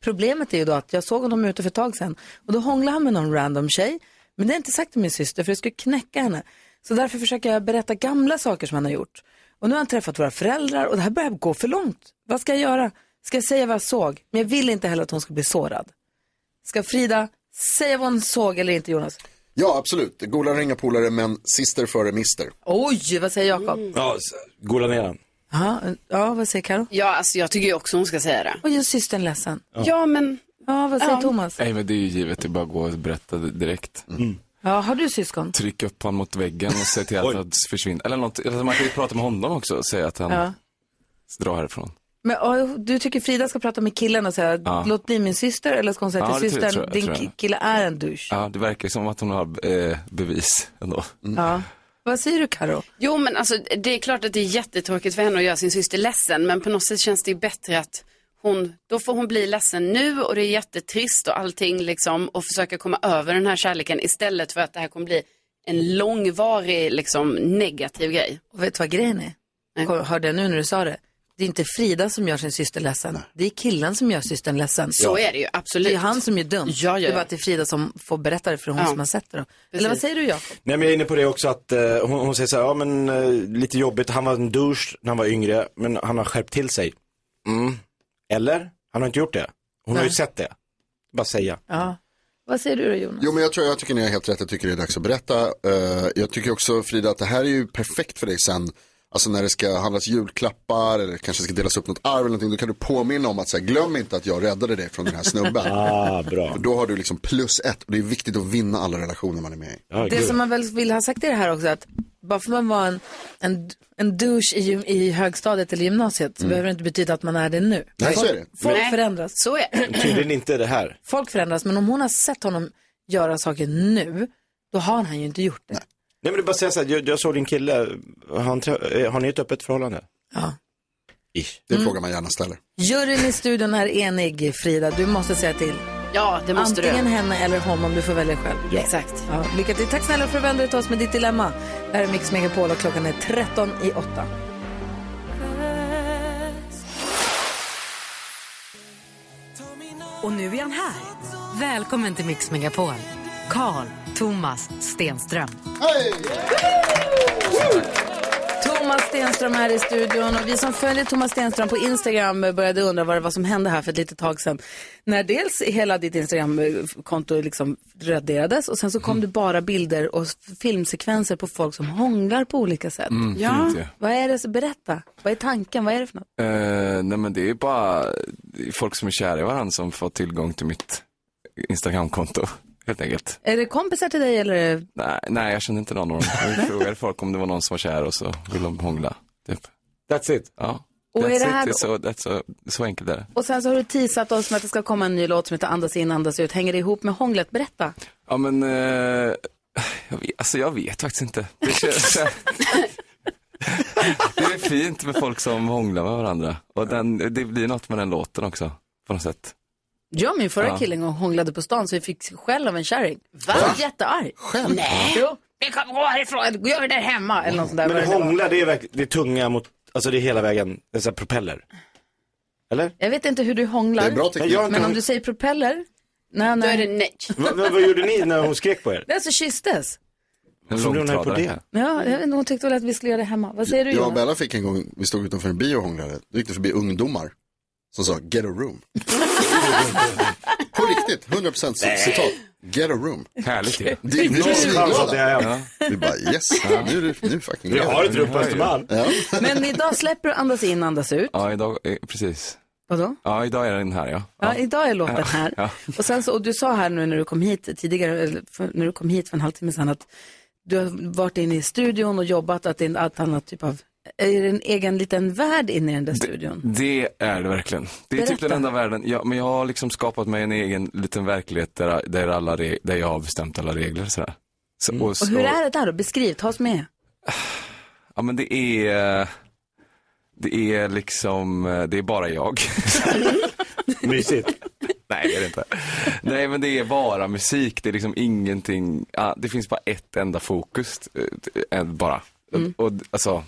S1: Problemet är ju då att jag såg honom ute för ett tag sedan och då hånglade han med någon random tjej. Men det har jag inte sagt till min syster för jag skulle knäcka henne. Så därför försöker jag berätta gamla saker som han har gjort. Och nu har han träffat våra föräldrar och det här börjar gå för långt. Vad ska jag göra? Ska jag säga vad jag såg? Men jag vill inte heller att hon ska bli sårad. Ska Frida säga vad hon såg eller inte Jonas?
S3: Ja, absolut. Gola ringa polare, men sister före mister.
S1: Oj, vad säger Jakob?
S18: Mm.
S2: Ja, gola ner den.
S1: Ja, ja, vad säger Karo?
S6: Ja, alltså jag tycker ju också hon ska säga det.
S1: Och gör systern ledsen.
S18: Ja.
S6: men...
S1: Ja, vad säger
S6: Ja.
S1: Thomas?
S18: Nej men det är ju givet, det är bara att gå och berätta direkt.
S2: Mm.
S1: Ja, har du syskon?
S18: Tryck upp honom mot väggen och se till att han försvinner. Eller något, eller man kan ju prata med honom också och säga att han
S1: Ja.
S18: drar härifrån.
S1: Men, ja, du tycker Frida ska prata med killen och säga
S18: Ja.
S1: låt bli min syster eller ska hon säga
S18: Ja,
S1: till
S18: det tror jag- tror
S1: systern
S18: jag-
S1: din
S18: tror jag.
S1: ki- kille är en douche?
S18: Ja, det verkar ju som att hon har eh, bevis ändå.
S1: Ja. Vad säger du Karo?
S6: Jo, men alltså det är klart att det är jättetråkigt för henne att göra sin syster ledsen, men på något sätt känns det ju bättre att hon, då får hon bli ledsen nu och det är jättetrist och allting liksom och försöka komma över den här kärleken istället för att det här kommer bli en långvarig liksom negativ grej.
S1: Och vet du vad grejen är? Hör- Hörde jag nu när du sa det? Det är inte Frida som gör sin syster ledsen. Det är killen som gör systern ledsen.
S6: Så är det ju, absolut.
S1: Det är han som är dum.
S6: Ja, ja,
S1: Det är bara
S6: ja.
S1: att det är Frida som får berätta det för hon
S6: Ja.
S1: som har sett det. Då. Eller vad
S6: Precis.
S1: säger du Jakob?
S2: Nej men jag är inne på det också att eh, hon, hon säger så här, ja men eh, lite jobbigt, han var en douche när han var yngre, men han har skärpt till sig. Mm. Eller? Han har inte gjort det. Hon har ju sett det. Bara säga.
S1: Ja. Vad säger du då Jonas?
S3: Jo, men jag tror jag tycker ni har helt rätt. Jag tycker det är dags att berätta. Eh, jag tycker också Frida att det här är ju perfekt för dig sen. Alltså när det ska handlas julklappar eller kanske ska delas upp något arv eller någonting. Då kan du påminna om att så här, glöm inte att jag räddade dig från den här snubben.
S2: Ah, bra.
S3: För då har du liksom plus ett. Och det är viktigt att vinna alla relationer man är med i.
S1: det som man väl vill ha sagt i det här också är att bara för man var en, en, en douche i, gym- i högstadiet eller gymnasiet så
S2: Mm.
S1: behöver det inte betyda att man är det nu.
S2: Nej,
S1: folk,
S2: så är det.
S1: Folk
S2: Nej,
S1: förändras.
S6: Så är
S2: Tydligen inte det här.
S1: Folk förändras, men om hon har sett honom göra saker nu, då har han ju inte gjort det.
S2: Nej men du bara säga så här, jag, jag såg din kille, han, trä- eh, har ni ett öppet förhållande?
S1: Ja.
S2: Ish.
S3: Det är frågan man gärna ställer.
S1: Juryn i studion är enig, Frida. Du måste säga till.
S6: Ja, det måste du.
S1: Antingen henne eller honom. Du får välja själv.
S6: Ja. Exakt.
S1: Ja, lycka till. Tack snälla för att du vände dig till oss med ditt dilemma. Det här är Mix Megapol och klockan är 13 i 8.
S16: Och nu är han här. Välkommen till Mix Megapol. Karl Thomas Stenström.
S1: Thomas Stenström är i studion och vi som följer Thomas Stenström på Instagram började undra vad det var som hände här för ett litet tag sedan. När dels hela ditt Instagramkonto liksom raderades och sen så kom det bara bilder och filmsekvenser på folk som hånglar på olika sätt.
S18: Mm, Ja. fint ju.
S1: Vad är det, så berätta, vad är tanken, vad är det för något?
S18: Eh, nej men det är bara det är folk som är kära i varandra som får tillgång till mitt Instagramkonto helt enkelt.
S1: Är det kompisar till dig eller? är det-
S18: Nej, nej jag kände inte någon av dem. Jag frågade folk om det var någon som var kär och så ville de hångla. Typ.
S2: That's it?
S18: Ja.
S1: Och
S18: that's
S1: är det
S18: it.
S1: här-
S18: är så, that's så, så enkelt är det.
S1: Och sen så har du teasat oss med att det ska komma en ny låt som heter Andas in, andas ut. Hänger det ihop med hånglet? Berätta.
S18: Ja men, eh, jag vet, alltså jag vet faktiskt inte. Det, känns, det är fint med folk som hånglar med varandra. Och den, det blir något med den låten också, på något sätt.
S1: Jag och min förra
S6: Ja.
S1: kille en gång hånglade på stan så vi fick skäll av en kärring. Va? Jag var jättearg.
S3: Själv?
S1: Nej. Jo, vi kommer gå härifrån, då gör vi det hemma. Eller något sånt där.
S2: Men
S1: Vad det nu var.
S2: hångla, det är, verk- det är tunga mot, alltså det är hela vägen, det är så här propeller. Eller?
S1: Jag vet inte hur du hånglar.
S2: Det är bra teknik. Men jag-
S1: Men om du säger propeller. Nej, nej. Då är det nej.
S2: Va, va, vad gjorde ni när hon skrek på er?
S1: Nej, så kysstes.
S2: Varför blev hon arg på det?
S1: Ja, jag vet inte, hon tyckte väl att vi skulle göra det hemma. Vad säger du
S3: Jag och
S1: Jonas?
S3: Bella fick en gång, vi stod utanför en bio och hånglade, då gick det förbi ungdomar som sa get a room. På riktigt, 100% c- citat. Get a room.
S18: Härligt ju.
S3: Det är vi var svinglada. Vi bara yes,
S18: Ja.
S3: nu är det nu är det fucking
S18: Vi
S3: redo.
S18: har ett rum på Östermalm.
S3: Ja.
S1: Men idag släpper du andas in, andas ut.
S18: Ja, idag, eh, precis.
S1: Vadå?
S18: Ja, idag är den här ja.
S1: Ja, idag är låten
S18: Ja.
S1: här.
S18: Ja.
S1: Och sen så, och du sa här nu när du kom hit tidigare, eller för, när du kom hit för en halvtimme sedan att du har varit inne i studion och jobbat, att det är en allt annat typ av, är det en egen liten värld inne i den där studion?
S18: Det är det verkligen. Det är typ
S1: Berätta.
S18: den enda världen. Jag, men jag har liksom skapat mig en egen liten verklighet där, där, alla, re- där jag har bestämt alla regler. Sådär. Så, och,
S1: Mm. Och hur är det där då? Beskriv, ta oss med.
S18: Ja men det är, det är liksom, eh, det är bara jag.
S2: Mysigt.
S18: Nej det är det inte. Nej men det är bara musik, det är liksom ingenting, ah, det finns bara ett enda fokus, eh, eh, bara.
S1: Mm.
S18: Och, och, alltså,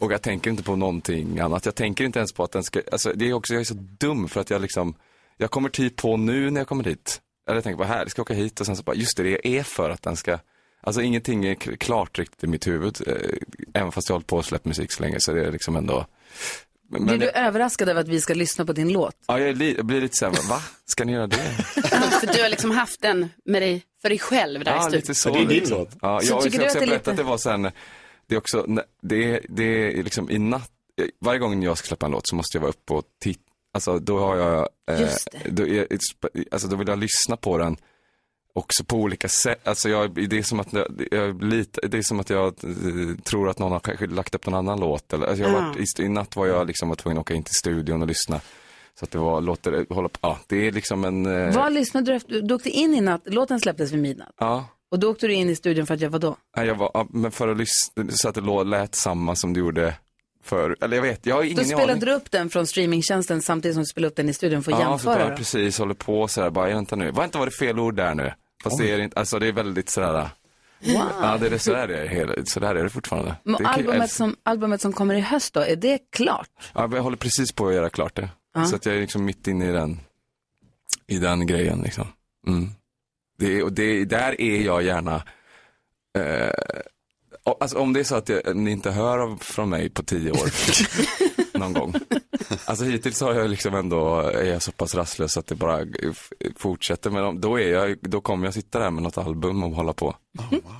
S18: och jag tänker inte på någonting annat. Jag tänker inte ens på att den ska, alltså, det är också, jag är så dum för att jag liksom, jag kommer typ på nu när jag kommer dit. Eller jag tänker bara här, jag ska åka hit och sen så bara, just det, det är för att den ska, alltså ingenting är k- klart riktigt i mitt huvud. eh, Även fast jag har hållit på och släppt musik så länge så det är liksom ändå. Men,
S1: Blir
S18: men-
S1: du överraskad över att vi ska lyssna på din låt?
S18: ja, jag, är li, jag blir lite såhär, va? Ska ni göra det?
S6: För du har liksom haft den med dig, för dig själv där i
S18: Ja,
S6: studion.
S18: lite så.
S2: Ja, det är din
S18: liksom.
S2: låt.
S18: Ja,
S2: Så
S18: jag har
S2: tycker
S18: också
S2: du att
S18: jag
S2: det är
S18: berättat att
S2: lite-
S18: det var sen, det är också, det, är- det är liksom i natt, varje gång jag ska släppa en låt så måste jag vara uppe och titta, alltså då har jag,
S19: Just
S18: då, är, it's- alltså då vill jag lyssna på den också på olika sätt, alltså jag, det är som att jag, jag lite, det är som att jag eh, tror att någon har kanske lagt upp någon annan låt eller, alltså jag har
S19: Ja.
S18: varit, i, i natt var jag liksom var tvungen att åka in till studion och lyssna. Så att det var, låter, hålla på, ja, det är liksom en, eh,
S1: Vad lyssnade du efter? Du åkte in i natt, låten släpptes vid midnatt.
S18: ja.
S1: Och då åkte du in i studion för att jag var då?
S18: Nej, jag var, ja, men för att lyssna, så att det lå- lät samma som det gjorde för eller jag vet, jag har ingen
S1: Då spelade
S18: aning.
S1: du upp den från streamingtjänsten samtidigt som du spelade upp den i studion för att
S18: Ja, så
S1: jämföra
S18: bara
S1: då?
S18: precis, håller på sådär, bara, vänta nu, var inte var det fel ord där nu? Fast det är inte, alltså det är väldigt sådär, ja det är det, sådär det är, hela- sådär är det fortfarande.
S1: Men
S18: det är kul.
S1: albumet, som, albumet som kommer i höst då, är det klart?
S18: Ja, men jag håller precis på att göra klart det.
S1: Ja.
S18: Så att jag är liksom mitt inne i den, i den grejen liksom. Mm. Det, är- och det, där är jag gärna, eh, o- alltså om det är så att jag, ni inte hör av, från mig på tio år, någon gång. Alltså hittills har jag liksom ändå, är jag så pass rastlös att det bara eh, f- fortsätter. Men om, då är jag, då kommer jag sitta där med något album och hålla på.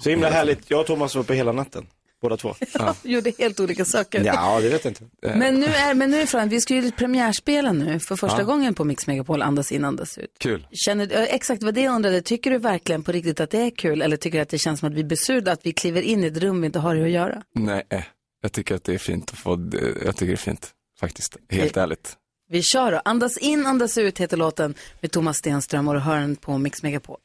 S2: Så himla härligt, jag och Thomas var uppe hela natten, båda två.
S1: Gjorde helt olika saker.
S2: Ja, det vet jag inte.
S1: Men nu är, men nu är frågan, vi ska ju premiärspela nu för första
S2: Ja.
S1: gången på Mix Megapol, andas in, andas ut.
S18: Kul.
S1: Känner, eh, exakt vad det jag undrade, tycker du verkligen på riktigt att det är kul eller tycker du att det känns som att vi är besurda, att vi kliver in i ett rum vi inte har att göra?
S18: Nej, eh, jag tycker att det är fint att få, det- jag tycker det är fint. Faktiskt, helt
S1: Vi-
S18: ärligt.
S1: Vi kör då, andas in, andas ut heter låten med Thomas Stenström och du hör den på Mix Megapol.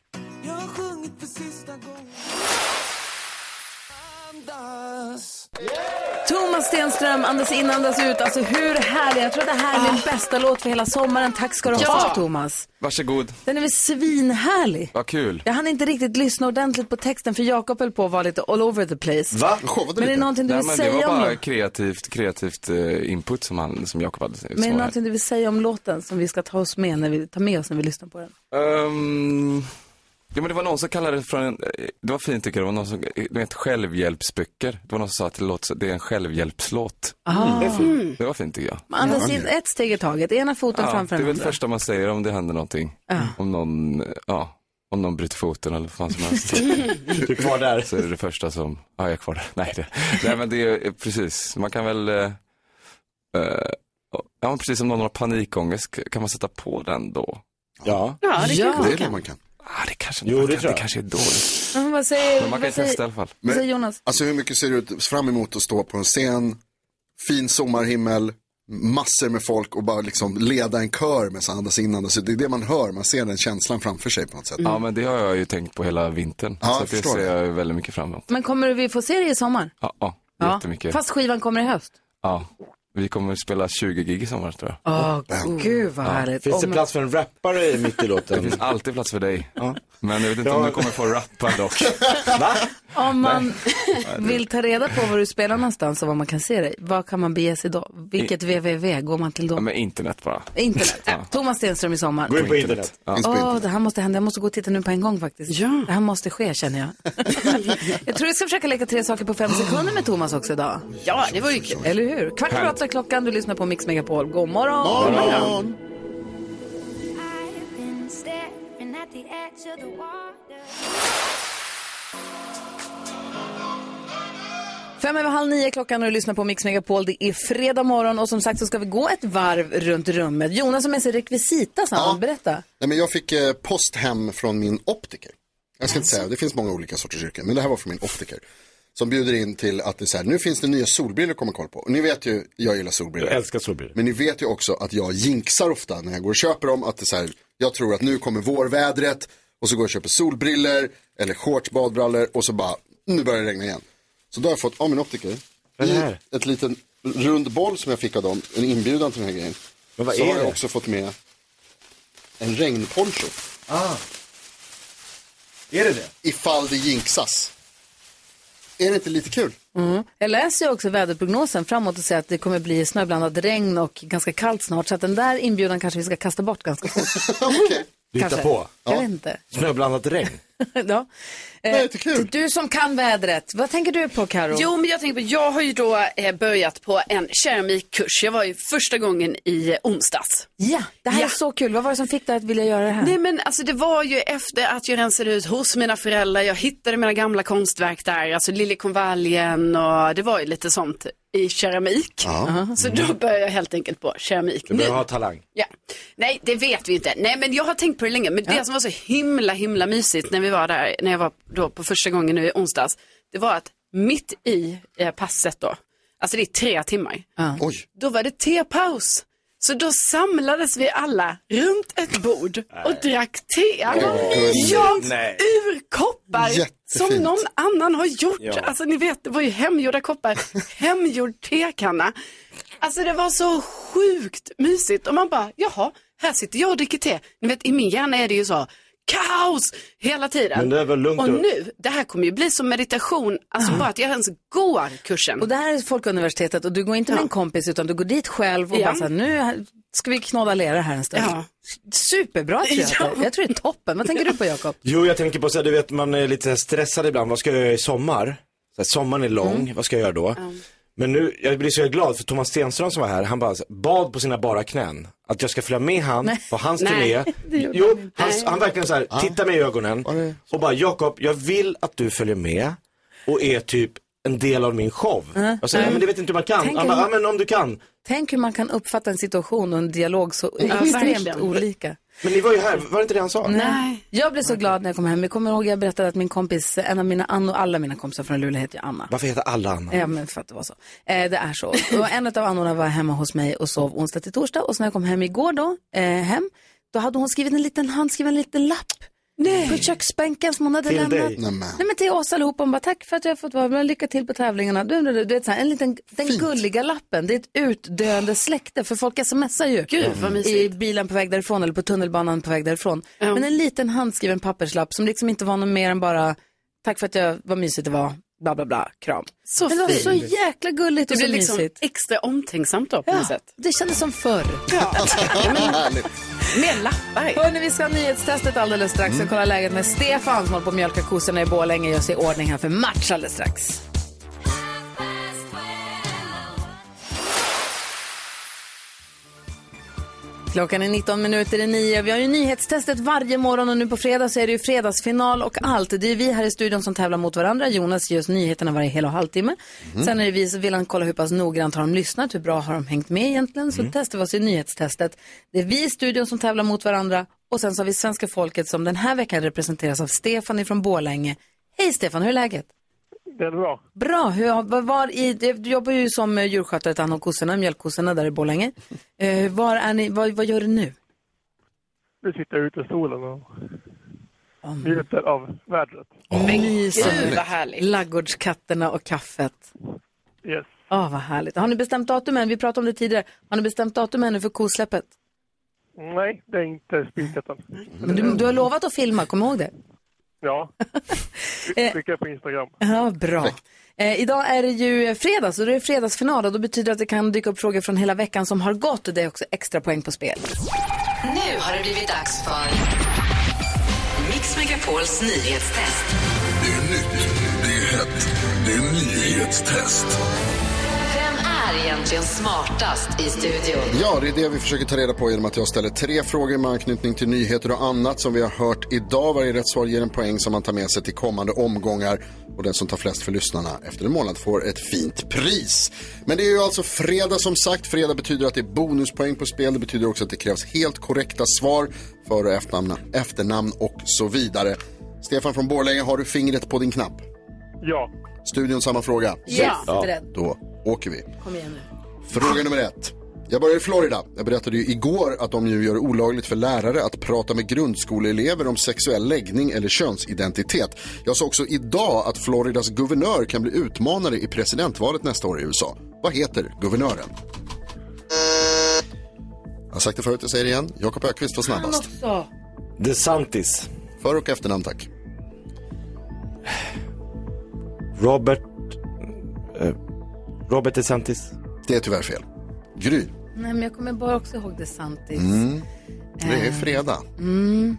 S1: Thomas Stenström, andas in, andas ut. Alltså hur härlig. Jag tror att det här är min bästa låt för hela sommaren. Tack ska du ha,
S18: Ah. Ja.
S1: Thomas.
S18: Varsågod.
S1: Den är väl svinhärlig.
S18: Vad kul.
S1: Jag hann inte riktigt lyssna ordentligt på texten för Jakob höll på att vara lite all over the place.
S3: Ah,
S1: Men är det någonting du
S18: Nej,
S1: vill
S18: men
S1: säga
S18: Det var
S1: om
S18: bara
S1: låten?
S18: kreativt, kreativt eh, input som, han, som Jakob hade. som
S1: Men är det
S18: var-
S1: någonting du vill säga om låten som vi ska ta, oss med när vi, ta med oss när vi lyssnar på
S18: Mm.
S1: den?
S18: Ehm, ja, men det var någon som kallade det för en, eh, det var fint tycker jag, det var någon som, eh, du vet självhjälpsböcker. Det var någon som sa att det, låter, så- det är en självhjälpslåt.
S1: Ah.
S18: Det, är
S1: Mm.
S18: fint. det var fint tycker jag.
S1: Man andas in ett steg i taget, ena
S18: Ja,
S1: foten
S18: det
S1: framför
S18: är
S1: den
S18: väl det
S1: andra.
S18: första man säger om det händer någonting. Om någon, eh, ja, om någon bryter foten eller vad fan som helst.
S2: Du är kvar där.
S18: Så är det det första som, ja jag är kvar där. Nej, det, nej men det är eh, precis, man kan väl, eh, eh, ja men precis om någon har panikångest, k- kan man sätta på den då? Ja,
S1: Ja, det kanske man Det är det kan.
S3: man kan.
S18: Ah, det kanske jo, det, kan, det kanske är dåligt.
S1: Ja, Men vad säger,
S18: Men man kan
S1: vad säger,
S18: testa i alla fall.
S1: vad säger Jonas?
S3: Alltså hur mycket ser du ut fram emot att stå på en scen, fin sommarhimmel, massor med folk och bara liksom leda en kör med så andas in, andas ut. Det är det man hör, man ser den känslan framför sig på något sätt.
S1: Mm.
S18: Ja men det har jag ju tänkt på hela vintern.
S3: Ja,
S18: så
S3: jag
S18: att det
S3: förstår
S18: ser
S3: det.
S18: jag ju väldigt mycket fram emot.
S1: Men kommer vi få se det i sommar?
S18: Ja, ja, jättemycket.
S1: Fast skivan kommer i höst.
S18: Ja, Vi kommer spela 20 gig i sommar tror jag.
S1: Åh, gud vad härligt.
S18: Finns
S1: Åh,
S18: det
S1: men-
S18: plats
S2: för en rappare mitt i låten?
S18: Det finns alltid plats för dig. Men jag vet inte om du kommer få rappa dock.
S1: Om man vill ta reda på var du spelar någonstans och var man kan se dig, vad kan man bege sig då? Vilket www går man till då?
S18: Ja, men internet bara.
S1: Internet. Thomas Stenström i sommar.
S18: Gå in på internet. Ja. Finns på
S1: Åh,
S18: internet.
S1: det här måste hända. Jag måste gå och titta nu på en gång faktiskt. Ja. Det här måste ske känner jag. jag tror jag ska försöka leka tre saker på fem sekunder med Thomas också idag.
S6: Ja, det var ju kul.
S1: Eller hur? Kvart över åtta är klockan, du lyssnar på Mix Megapol. God morgon!
S6: God morgon.
S1: Fem över halv nio är klockan och du lyssnar på Mix Megapol. Det är fredag morgon och som sagt så ska vi gå ett varv runt rummet. Jonas har med sig rekvisita, så han berätta.
S3: Nej, men jag fick eh, post hem från min optiker. Jag ska inte säga, det finns många olika sorters yrken, men det här var från min optiker. Som bjuder in till att det är så här, nu finns det nya solbrillor att komma koll på. Och ni vet ju, jag gillar solbrillor.
S2: Jag älskar solbrillor.
S3: Men ni vet ju också att jag jinxar ofta när jag går och köper dem. Att det är så här, jag tror att nu kommer vårvädret och så går jag och köper solbriller eller shorts, badbrallor och så bara, nu börjar det regna igen. Så då har jag fått av min optiker,
S2: Vad är det
S3: i
S2: här?
S3: ett liten rund boll som jag fick av dem, en inbjudan till den här grejen.
S2: Men vad
S3: så
S2: är
S3: har jag
S2: det?
S3: också fått med en regnponcho. Ah.
S2: Är det det?
S3: Ifall det jinxas. Är det inte lite kul?
S1: Mm. Jag läser ju också väderprognosen framåt och säger att det kommer bli snöblandat regn och ganska kallt snart. Så att den där inbjudan kanske vi ska kasta bort ganska fort.
S2: Du hittar
S1: Kanske.
S2: på.
S1: Jag vet inte.
S2: Snöblandat regn.
S1: ja. eh, du som kan vädret, vad tänker du på Karo?
S6: Jo, men jag tänker på, jag har ju då eh, börjat på en keramikkurs. Jag var ju första gången i eh, onsdags.
S1: Ja, det här är så kul. Vad var det som fick dig att vilja göra det här?
S6: Nej men alltså det var ju efter att jag rensade ut hos mina föräldrar, jag hittade mina gamla konstverk där, alltså liljekonvaljen och det var ju lite sånt i keramik.
S2: Ja.
S6: Så då började jag helt enkelt på keramik
S2: Du
S6: nu.
S2: behöver ha talang.
S6: Ja. Nej, det vet vi inte. Nej, men jag har tänkt på det länge. Men det som var så himla, himla mysigt när vi var där, när jag var då på första gången nu i onsdags, det var att mitt i eh, passet då, alltså det är tre timmar,
S3: Oj.
S6: då var det tepaus. Så då samlades vi alla runt ett bord och drack te.
S5: gulligt.
S6: Ja,
S5: Nej.
S6: ur koppar som
S5: Jättefint.
S6: någon annan har gjort.
S5: Ja.
S6: Alltså ni vet, det var ju hemgjorda koppar, hemgjord tekanna. Alltså det var så sjukt mysigt och man bara, jaha, här sitter jag och dricker te. Ni vet, i min hjärna är det ju så kaos hela tiden.
S2: Men det är väl lugnt
S6: och
S2: då?
S6: nu, det här kommer ju bli som meditation, alltså bara att jag ens går kursen.
S1: Och det här är Folkuniversitetet och du går inte med en kompis utan du går dit själv och
S6: Ja.
S1: bara så här, nu ska vi knåda lera här en stund.
S6: Ja.
S1: Superbra tror jag. att det är. Jag tror det är toppen. Vad tänker du på Jakob?
S2: Jo, jag tänker på så här, du vet man är lite stressad ibland. Vad ska jag göra i sommar? Så här, sommaren är lång,
S5: Mm.
S2: vad ska jag göra då? Men nu, jag blir så glad för Thomas Stenström som var här, han bara så här, bad på sina bara knän. Att jag ska följa med han på hans turné.
S5: Nej, det gjorde han
S2: Jo,
S5: inte.
S2: han,
S5: Nej.
S2: han verkligen så här, tittar mig i ögonen och bara Jakob, jag vill att du följer med och är typ en del av min show.
S1: Mm.
S2: Jag säger,
S1: Mm.
S2: "Ja, men det vet inte hur man kan.
S1: Tänk
S2: Han bara,
S1: hur-
S2: ja men om du kan.
S1: Tänk hur man kan uppfatta en situation och en dialog så
S2: Ja,
S1: extremt
S2: verkligen.
S1: olika.
S2: Men ni var ju här, var det inte det han sa?
S1: Jag blev så glad när jag kom hem. Jag kommer ihåg jag berättade att min kompis, en av mina, Anna, alla mina kompisar från Luleå heter ju Anna.
S2: Varför heter alla Anna?
S1: Ja, men för att det var så. Eh, det är så. Och en av annorna var hemma hos mig och sov onsdag till torsdag. Och sen när jag kom hem igår då, eh, hem, då hade hon skrivit en liten handskriven liten lapp. På köksbänken som hon hade
S5: Till
S1: lämnat.
S5: dig? Nämen.
S1: Nej men till oss allihopa. Hon bara, tack för att jag har fått vara med. Lycka till på tävlingarna. Du, du, du, du vet så här, en liten, den gulliga lappen. Det är ett utdöende släkte. För folk smsar ju. Mm.
S6: Gud, vad mysigt.
S1: I bilen på väg därifrån eller på tunnelbanan på väg därifrån. Men en liten handskriven papperslapp som liksom inte var något mer än bara, tack för att jag, vad mysigt det var. Bla bla bla, kram.
S6: Så
S1: Men det var
S6: fint.
S1: så jäkla gulligt och
S6: det
S1: så
S6: blir liksom
S1: mysigt.
S6: extra omtänksamt då på något sätt.
S1: Det kändes som förr.
S6: Med lappar.
S1: Hörni, vi ska ha nyhetstestet alldeles strax och kolla läget med Stefan som håller på att mjölka kossorna i Borlänge. Gör sig i ordning här för match alldeles strax. Klockan är 19 minuter i nio. Vi har ju nyhetstestet varje morgon och nu på fredag så är det ju fredagsfinal och allt. Det är vi här i studion som tävlar mot varandra. Jonas ger oss nyheterna varje hel och halvtimme.
S6: Mm.
S1: Sen är det vi som vill han kolla hur pass noggrant har de lyssnat, hur bra har de hängt med egentligen. Så testar vi oss i nyhetstestet. Det är vi i studion som tävlar mot varandra och sen så har vi svenska folket som den här veckan representeras av Stefan från Borlänge. Hej Stefan, hur är läget?
S19: Det är bra.
S1: Bra, hur, har- var, var i, du jobbar ju som eh, djurskötare, tar hand om kossorna, mjölkkossorna där i Borlänge. Eh, var är ni, vad, vad gör du nu?
S19: Vi sitter ute i solen och njuter av vädret.
S1: Men
S19: gud,
S1: gud
S19: vad
S1: vad härligt. Laggårdskatterna och kaffet.
S19: Yes.
S1: Ja, vad härligt. Har ni bestämt datum än? Vi pratade om det tidigare. Har ni bestämt datum ännu för kosläppet?
S19: Nej, det är inte spikat än.
S1: Men Du, du har lovat att filma, kom ihåg det.
S19: Ja.
S1: Eh,
S19: Skicka på Instagram.
S1: Ja, bra. Eh, idag är det ju eh, fredag, så det är fredagsfinal och då betyder det att det kan dyka upp frågor från hela veckan som har gått och det är också extra poäng på spel.
S16: Nu har det blivit dags för Mix Megapols nyhetstest.
S20: Det är nytt, det är hett, det är nyhetstest.
S16: Vem är egentligen smartast i studion?
S3: Ja, det är det vi försöker ta reda på genom att jag ställer tre frågor med anknytning till nyheter och annat som vi har hört idag. Varje rätt svar ger en poäng som man tar med sig till kommande omgångar och den som tar flest för lyssnarna efter en månad får ett fint pris. Men det är ju alltså fredag som sagt. Fredag betyder att det är bonuspoäng på spel. Det betyder också att det krävs helt korrekta svar, för och efternamn, efternamn och så vidare. Stefan från Borlänge, har du fingret på din knapp?
S19: Ja.
S3: Studion samma fråga.
S1: Yes, beredd.
S3: Då åker vi.
S1: Kom igen nu.
S3: Fråga nummer ett. Jag börjar i Florida. Jag berättade ju igår att de nu gör det olagligt för lärare att prata med grundskoleelever om sexuell läggning eller könsidentitet. Jag sa också idag att Floridas guvernör kan bli utmanare i presidentvalet nästa år i USA. Vad heter guvernören? Jag har sagt det förut, jag säger det igen. Jakob Ökvist var
S1: Han
S3: snabbast.
S1: också.
S3: DeSantis. För och efternamn tack.
S2: Robert... Eh, Robert DeSantis.
S3: Det är tyvärr fel. Gry.
S1: Nej, men jag kommer bara också ihåg det Santis.
S3: Mm. Det är
S1: Eh.
S3: fredag.
S1: Mm.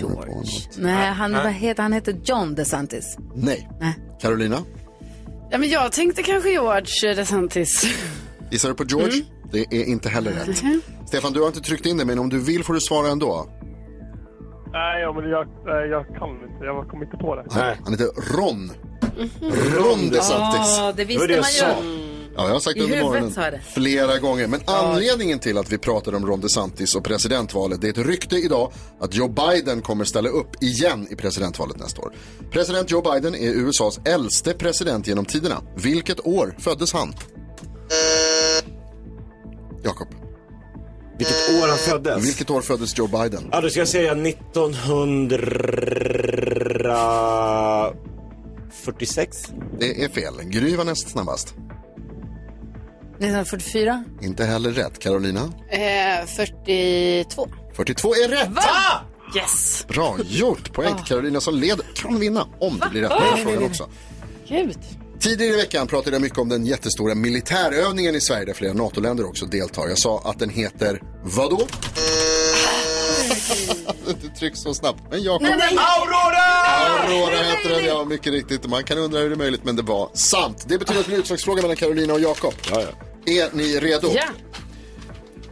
S3: Kommer på något.
S1: Nej, han, vad heter, han heter John DeSantis.
S3: Nej.
S1: Nej.
S3: Carolina,
S6: Ja, men jag tänkte kanske George DeSantis.
S3: gissar du på George? Det är inte heller rätt. Stefan, du har inte tryckt in det, men om du vill får du svara ändå.
S19: Nej, ja, men jag, nej, jag kan inte. Jag kom inte på det.
S3: Han heter Ron. Ron DeSantis.
S1: Ja, det visste Det var det jag man ju.
S3: Ja, jag har sagt
S1: I
S3: det under
S1: huvudet
S3: morgonen
S1: sa jag det.
S3: flera gånger. Men anledningen till att vi pratar om Ron DeSantis och presidentvalet, det är ett rykte idag att Joe Biden kommer ställa upp igen i presidentvalet nästa år. President Joe Biden är USAs äldste president genom tiderna. Vilket år föddes han? Jakob.
S2: Vilket år han föddes?
S3: Vilket år föddes Joe Biden?
S2: Ja, då ska jag säga 1946.
S3: Det är fel. Gry var näst snabbast.
S1: 1944.
S3: Inte heller rätt. Carolina?
S6: Eh, 42.
S3: 42 är rätt! Ah!
S6: Va? Yes.
S3: Bra gjort! Poäng till Carolina som leder. Kan vinna om det blir rätt på den här frågan också.
S6: Gud.
S3: Tidigare i veckan pratade jag mycket om den jättestora militärövningen i Sverige där flera NATO-länder också deltar. Jag sa att den heter vadå? Inte tryck så snabbt. Men Jakob.
S5: Nej, nej. Aurora!
S3: Aurora heter den, ja. Mycket riktigt. Man kan undra hur det är möjligt, men det var sant. Det betyder att det blir utslagsfråga mellan Carolina och Jakob. Är ni redo?
S5: Ja.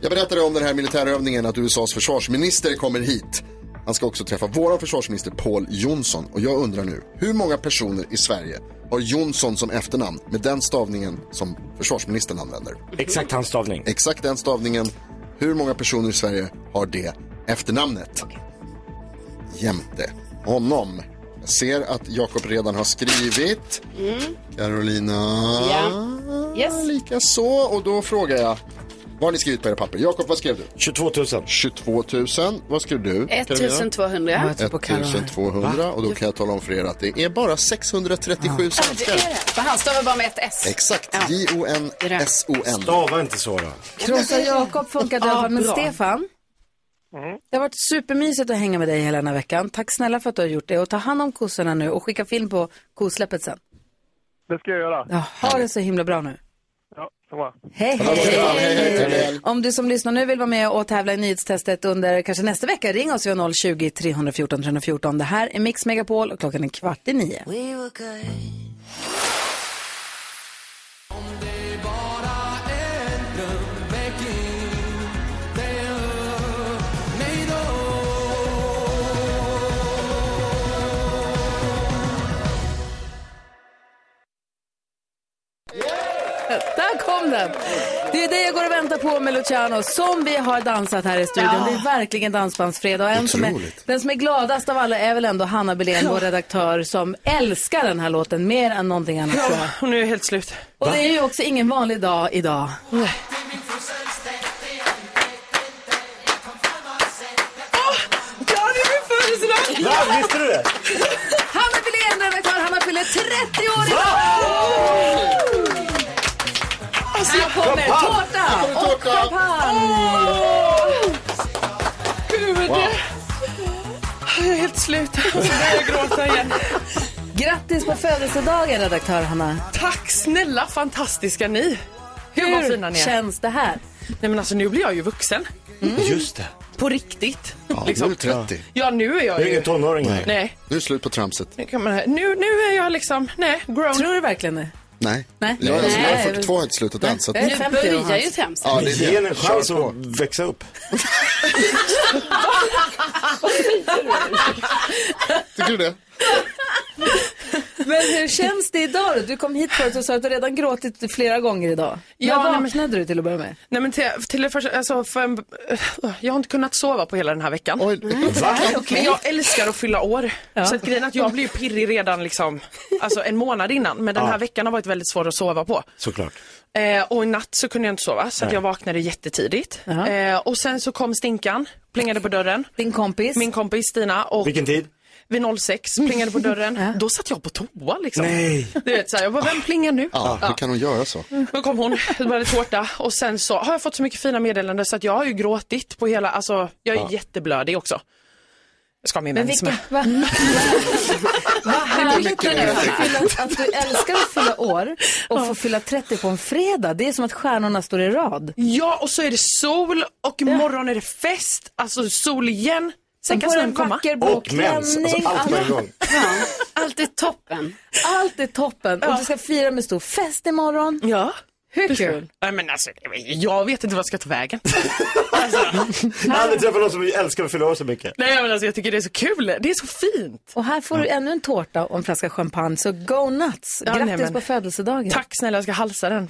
S3: Jag berättade om den här militärövningen att USAs försvarsminister kommer hit. Han ska också träffa vår försvarsminister Paul Jonsson. Och jag undrar nu, hur många personer i Sverige har Jonsson som efternamn med den stavningen som försvarsministern använder?
S2: Exakt hans stavning.
S3: Exakt den stavningen. Hur många personer i Sverige har det efternamnet? Jämte honom. Jag ser att Jakob redan har skrivit.
S6: Mm.
S3: Carolina.
S6: Ja. Yes.
S3: Lika så. Och då frågar jag. Vad har ni skrivit på era papper? Jakob, vad skrev du?
S2: 22 000.
S3: 22 000. Vad skrev du? Carolina?
S6: 1200.
S3: 1200. Och då kan jag tala om för er att det är bara 637
S6: Ja, det är det. För han stavar bara med ett S.
S3: Exakt. J-O-N-S-O-N.
S2: Stava inte så då.
S1: Krossa Jakob funkar döva,
S6: Ja,
S1: men
S6: bra.
S1: Stefan.
S19: Mm.
S1: Det har varit supermysigt att hänga med dig hela den här veckan. Tack snälla för att du har gjort det. Och ta hand om kossorna nu och skicka film på kosläppet sen.
S19: Det ska jag göra.
S1: Ja, ha det så himla bra nu.
S19: Ja, samma.
S1: Hej,
S19: hej,
S1: hej!
S19: hej.
S1: Om du som lyssnar nu vill vara med och tävla i nyhetstestet under kanske nästa vecka, ring oss via 020-314 314. Det här är Mix Megapol och klockan är kvart i nio. Där kom den! Det är det jag går och väntar på med Luciano som vi har dansat här i studion.
S6: Ja.
S1: Det är verkligen dansbandsfredag. Och en som är,
S6: Otroligt.
S1: den som är gladast av alla är väl ändå Hanna Belén, vår redaktör, som älskar den här låten mer än någonting annat. tror jag.
S11: och nu är jag helt slut.
S1: Och det är ju också ingen vanlig dag idag.
S11: Ja, det är min födelsedag!
S2: Va? Visste du det?
S1: Hanna Belén, redaktör, Hanna fyller 30 år idag!
S5: Va?
S1: Alltså,
S3: Jakob!
S11: Gud,
S3: Wow.
S11: jag är helt slut. Och så börjar jag gråta igen.
S1: Grattis på födelsedagen, redaktör Hanna.
S11: Tack snälla fantastiska ni. Gud vad
S1: Hur
S11: fina ni är.
S1: känns det här?
S11: Nej men alltså nu blir jag ju vuxen.
S3: Just det.
S11: På riktigt.
S3: Ja, nu är du 30.
S11: Ja nu är jag
S3: Du är
S11: ju...
S3: ingen tonåring
S11: Nej. Nej.
S3: Nu är det slut på tramset.
S11: Nu kan man- Nu, nu är jag liksom, nej, grown. Tror
S1: du verkligen det?
S3: Nej.
S1: Nej.
S3: Jag, är- alltså, jag
S11: Nej.
S3: är 42 och har inte slutat än. Så att...
S11: Nu Det är 50 börjar och hans. ju tramset.
S3: Ja, det är det.
S2: Ge henne en chans
S3: Kör på.
S2: att växa upp.
S3: Tycker du det?
S1: Men hur känns det idag då? Du kom hit förut och sa att du redan gråtit flera gånger idag.
S11: Ja,
S1: Ja, När
S11: nej, men-
S1: vaknade du till att börja med?
S11: Nej men till, till det första, alltså för en, jag har inte kunnat sova på hela den här veckan.
S1: Va?
S11: Men jag älskar att fylla år.
S1: Ja.
S11: Så att grejen är att jag blir ju pirrig redan liksom, alltså en månad innan. Men den
S2: Ja.
S11: här veckan har varit väldigt svår att sova på.
S2: Såklart.
S11: Eh, och i natt så kunde jag inte sova så att
S2: Nej.
S11: jag vaknade jättetidigt. Eh, och sen så kom stinkan, plingade på dörren.
S1: Din kompis?
S11: Min kompis Stina. Och
S2: Vilken tid?
S11: Vid 06 plingade på dörren. Då satt jag på toa liksom.
S3: Nej.
S11: Du vet såhär, jag bara, vem plingar nu?
S3: Ja,
S11: Ja.
S3: hur kan hon göra så?
S11: Då kom hon, det var lite tårta och sen så har jag fått så mycket fina meddelanden så att jag har ju gråtit på hela, alltså jag är
S1: Ja.
S11: jätteblödig också. Jag ska ha min
S1: Men
S11: mens med.
S1: vilken... Va? Vad härligt det är att, fylla, att du älskar att fylla år och få fylla 30 på en fredag. Det är som att stjärnorna står i rad.
S11: Ja, och så är det sol och imorgon är det fest, alltså sol igen. Sen
S1: Men
S11: kan
S1: på
S11: snön
S1: en
S11: komma.
S1: vacker blå Och mens, alltså klänning, allt på en alla- gång.
S6: Allt är toppen.
S1: Allt är toppen och du ska fira med stor fest imorgon.
S11: Ja.
S1: Hur kul?
S11: Nej men alltså, jag vet inte vad jag ska ta vägen.
S2: Jag har aldrig träffat någon som älskar att fylla år så mycket.
S11: Nej men alltså jag tycker det är så kul, det är så fint.
S1: Och här får du ännu en tårta och en flaska champagne, så go nuts!
S11: Ja,
S1: Grattis
S11: nej, men-
S1: på födelsedagen.
S11: Tack snälla, jag ska halsa den.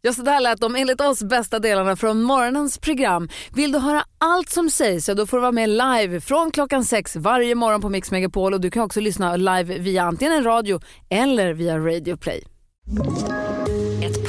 S1: Ja, så där lät de enligt oss bästa delarna från morgonens program. Vill du höra allt som sägs så då får du vara med live från klockan sex varje morgon på Mix Megapol och du kan också lyssna live via antingen en radio eller via Radio Play.
S16: Ett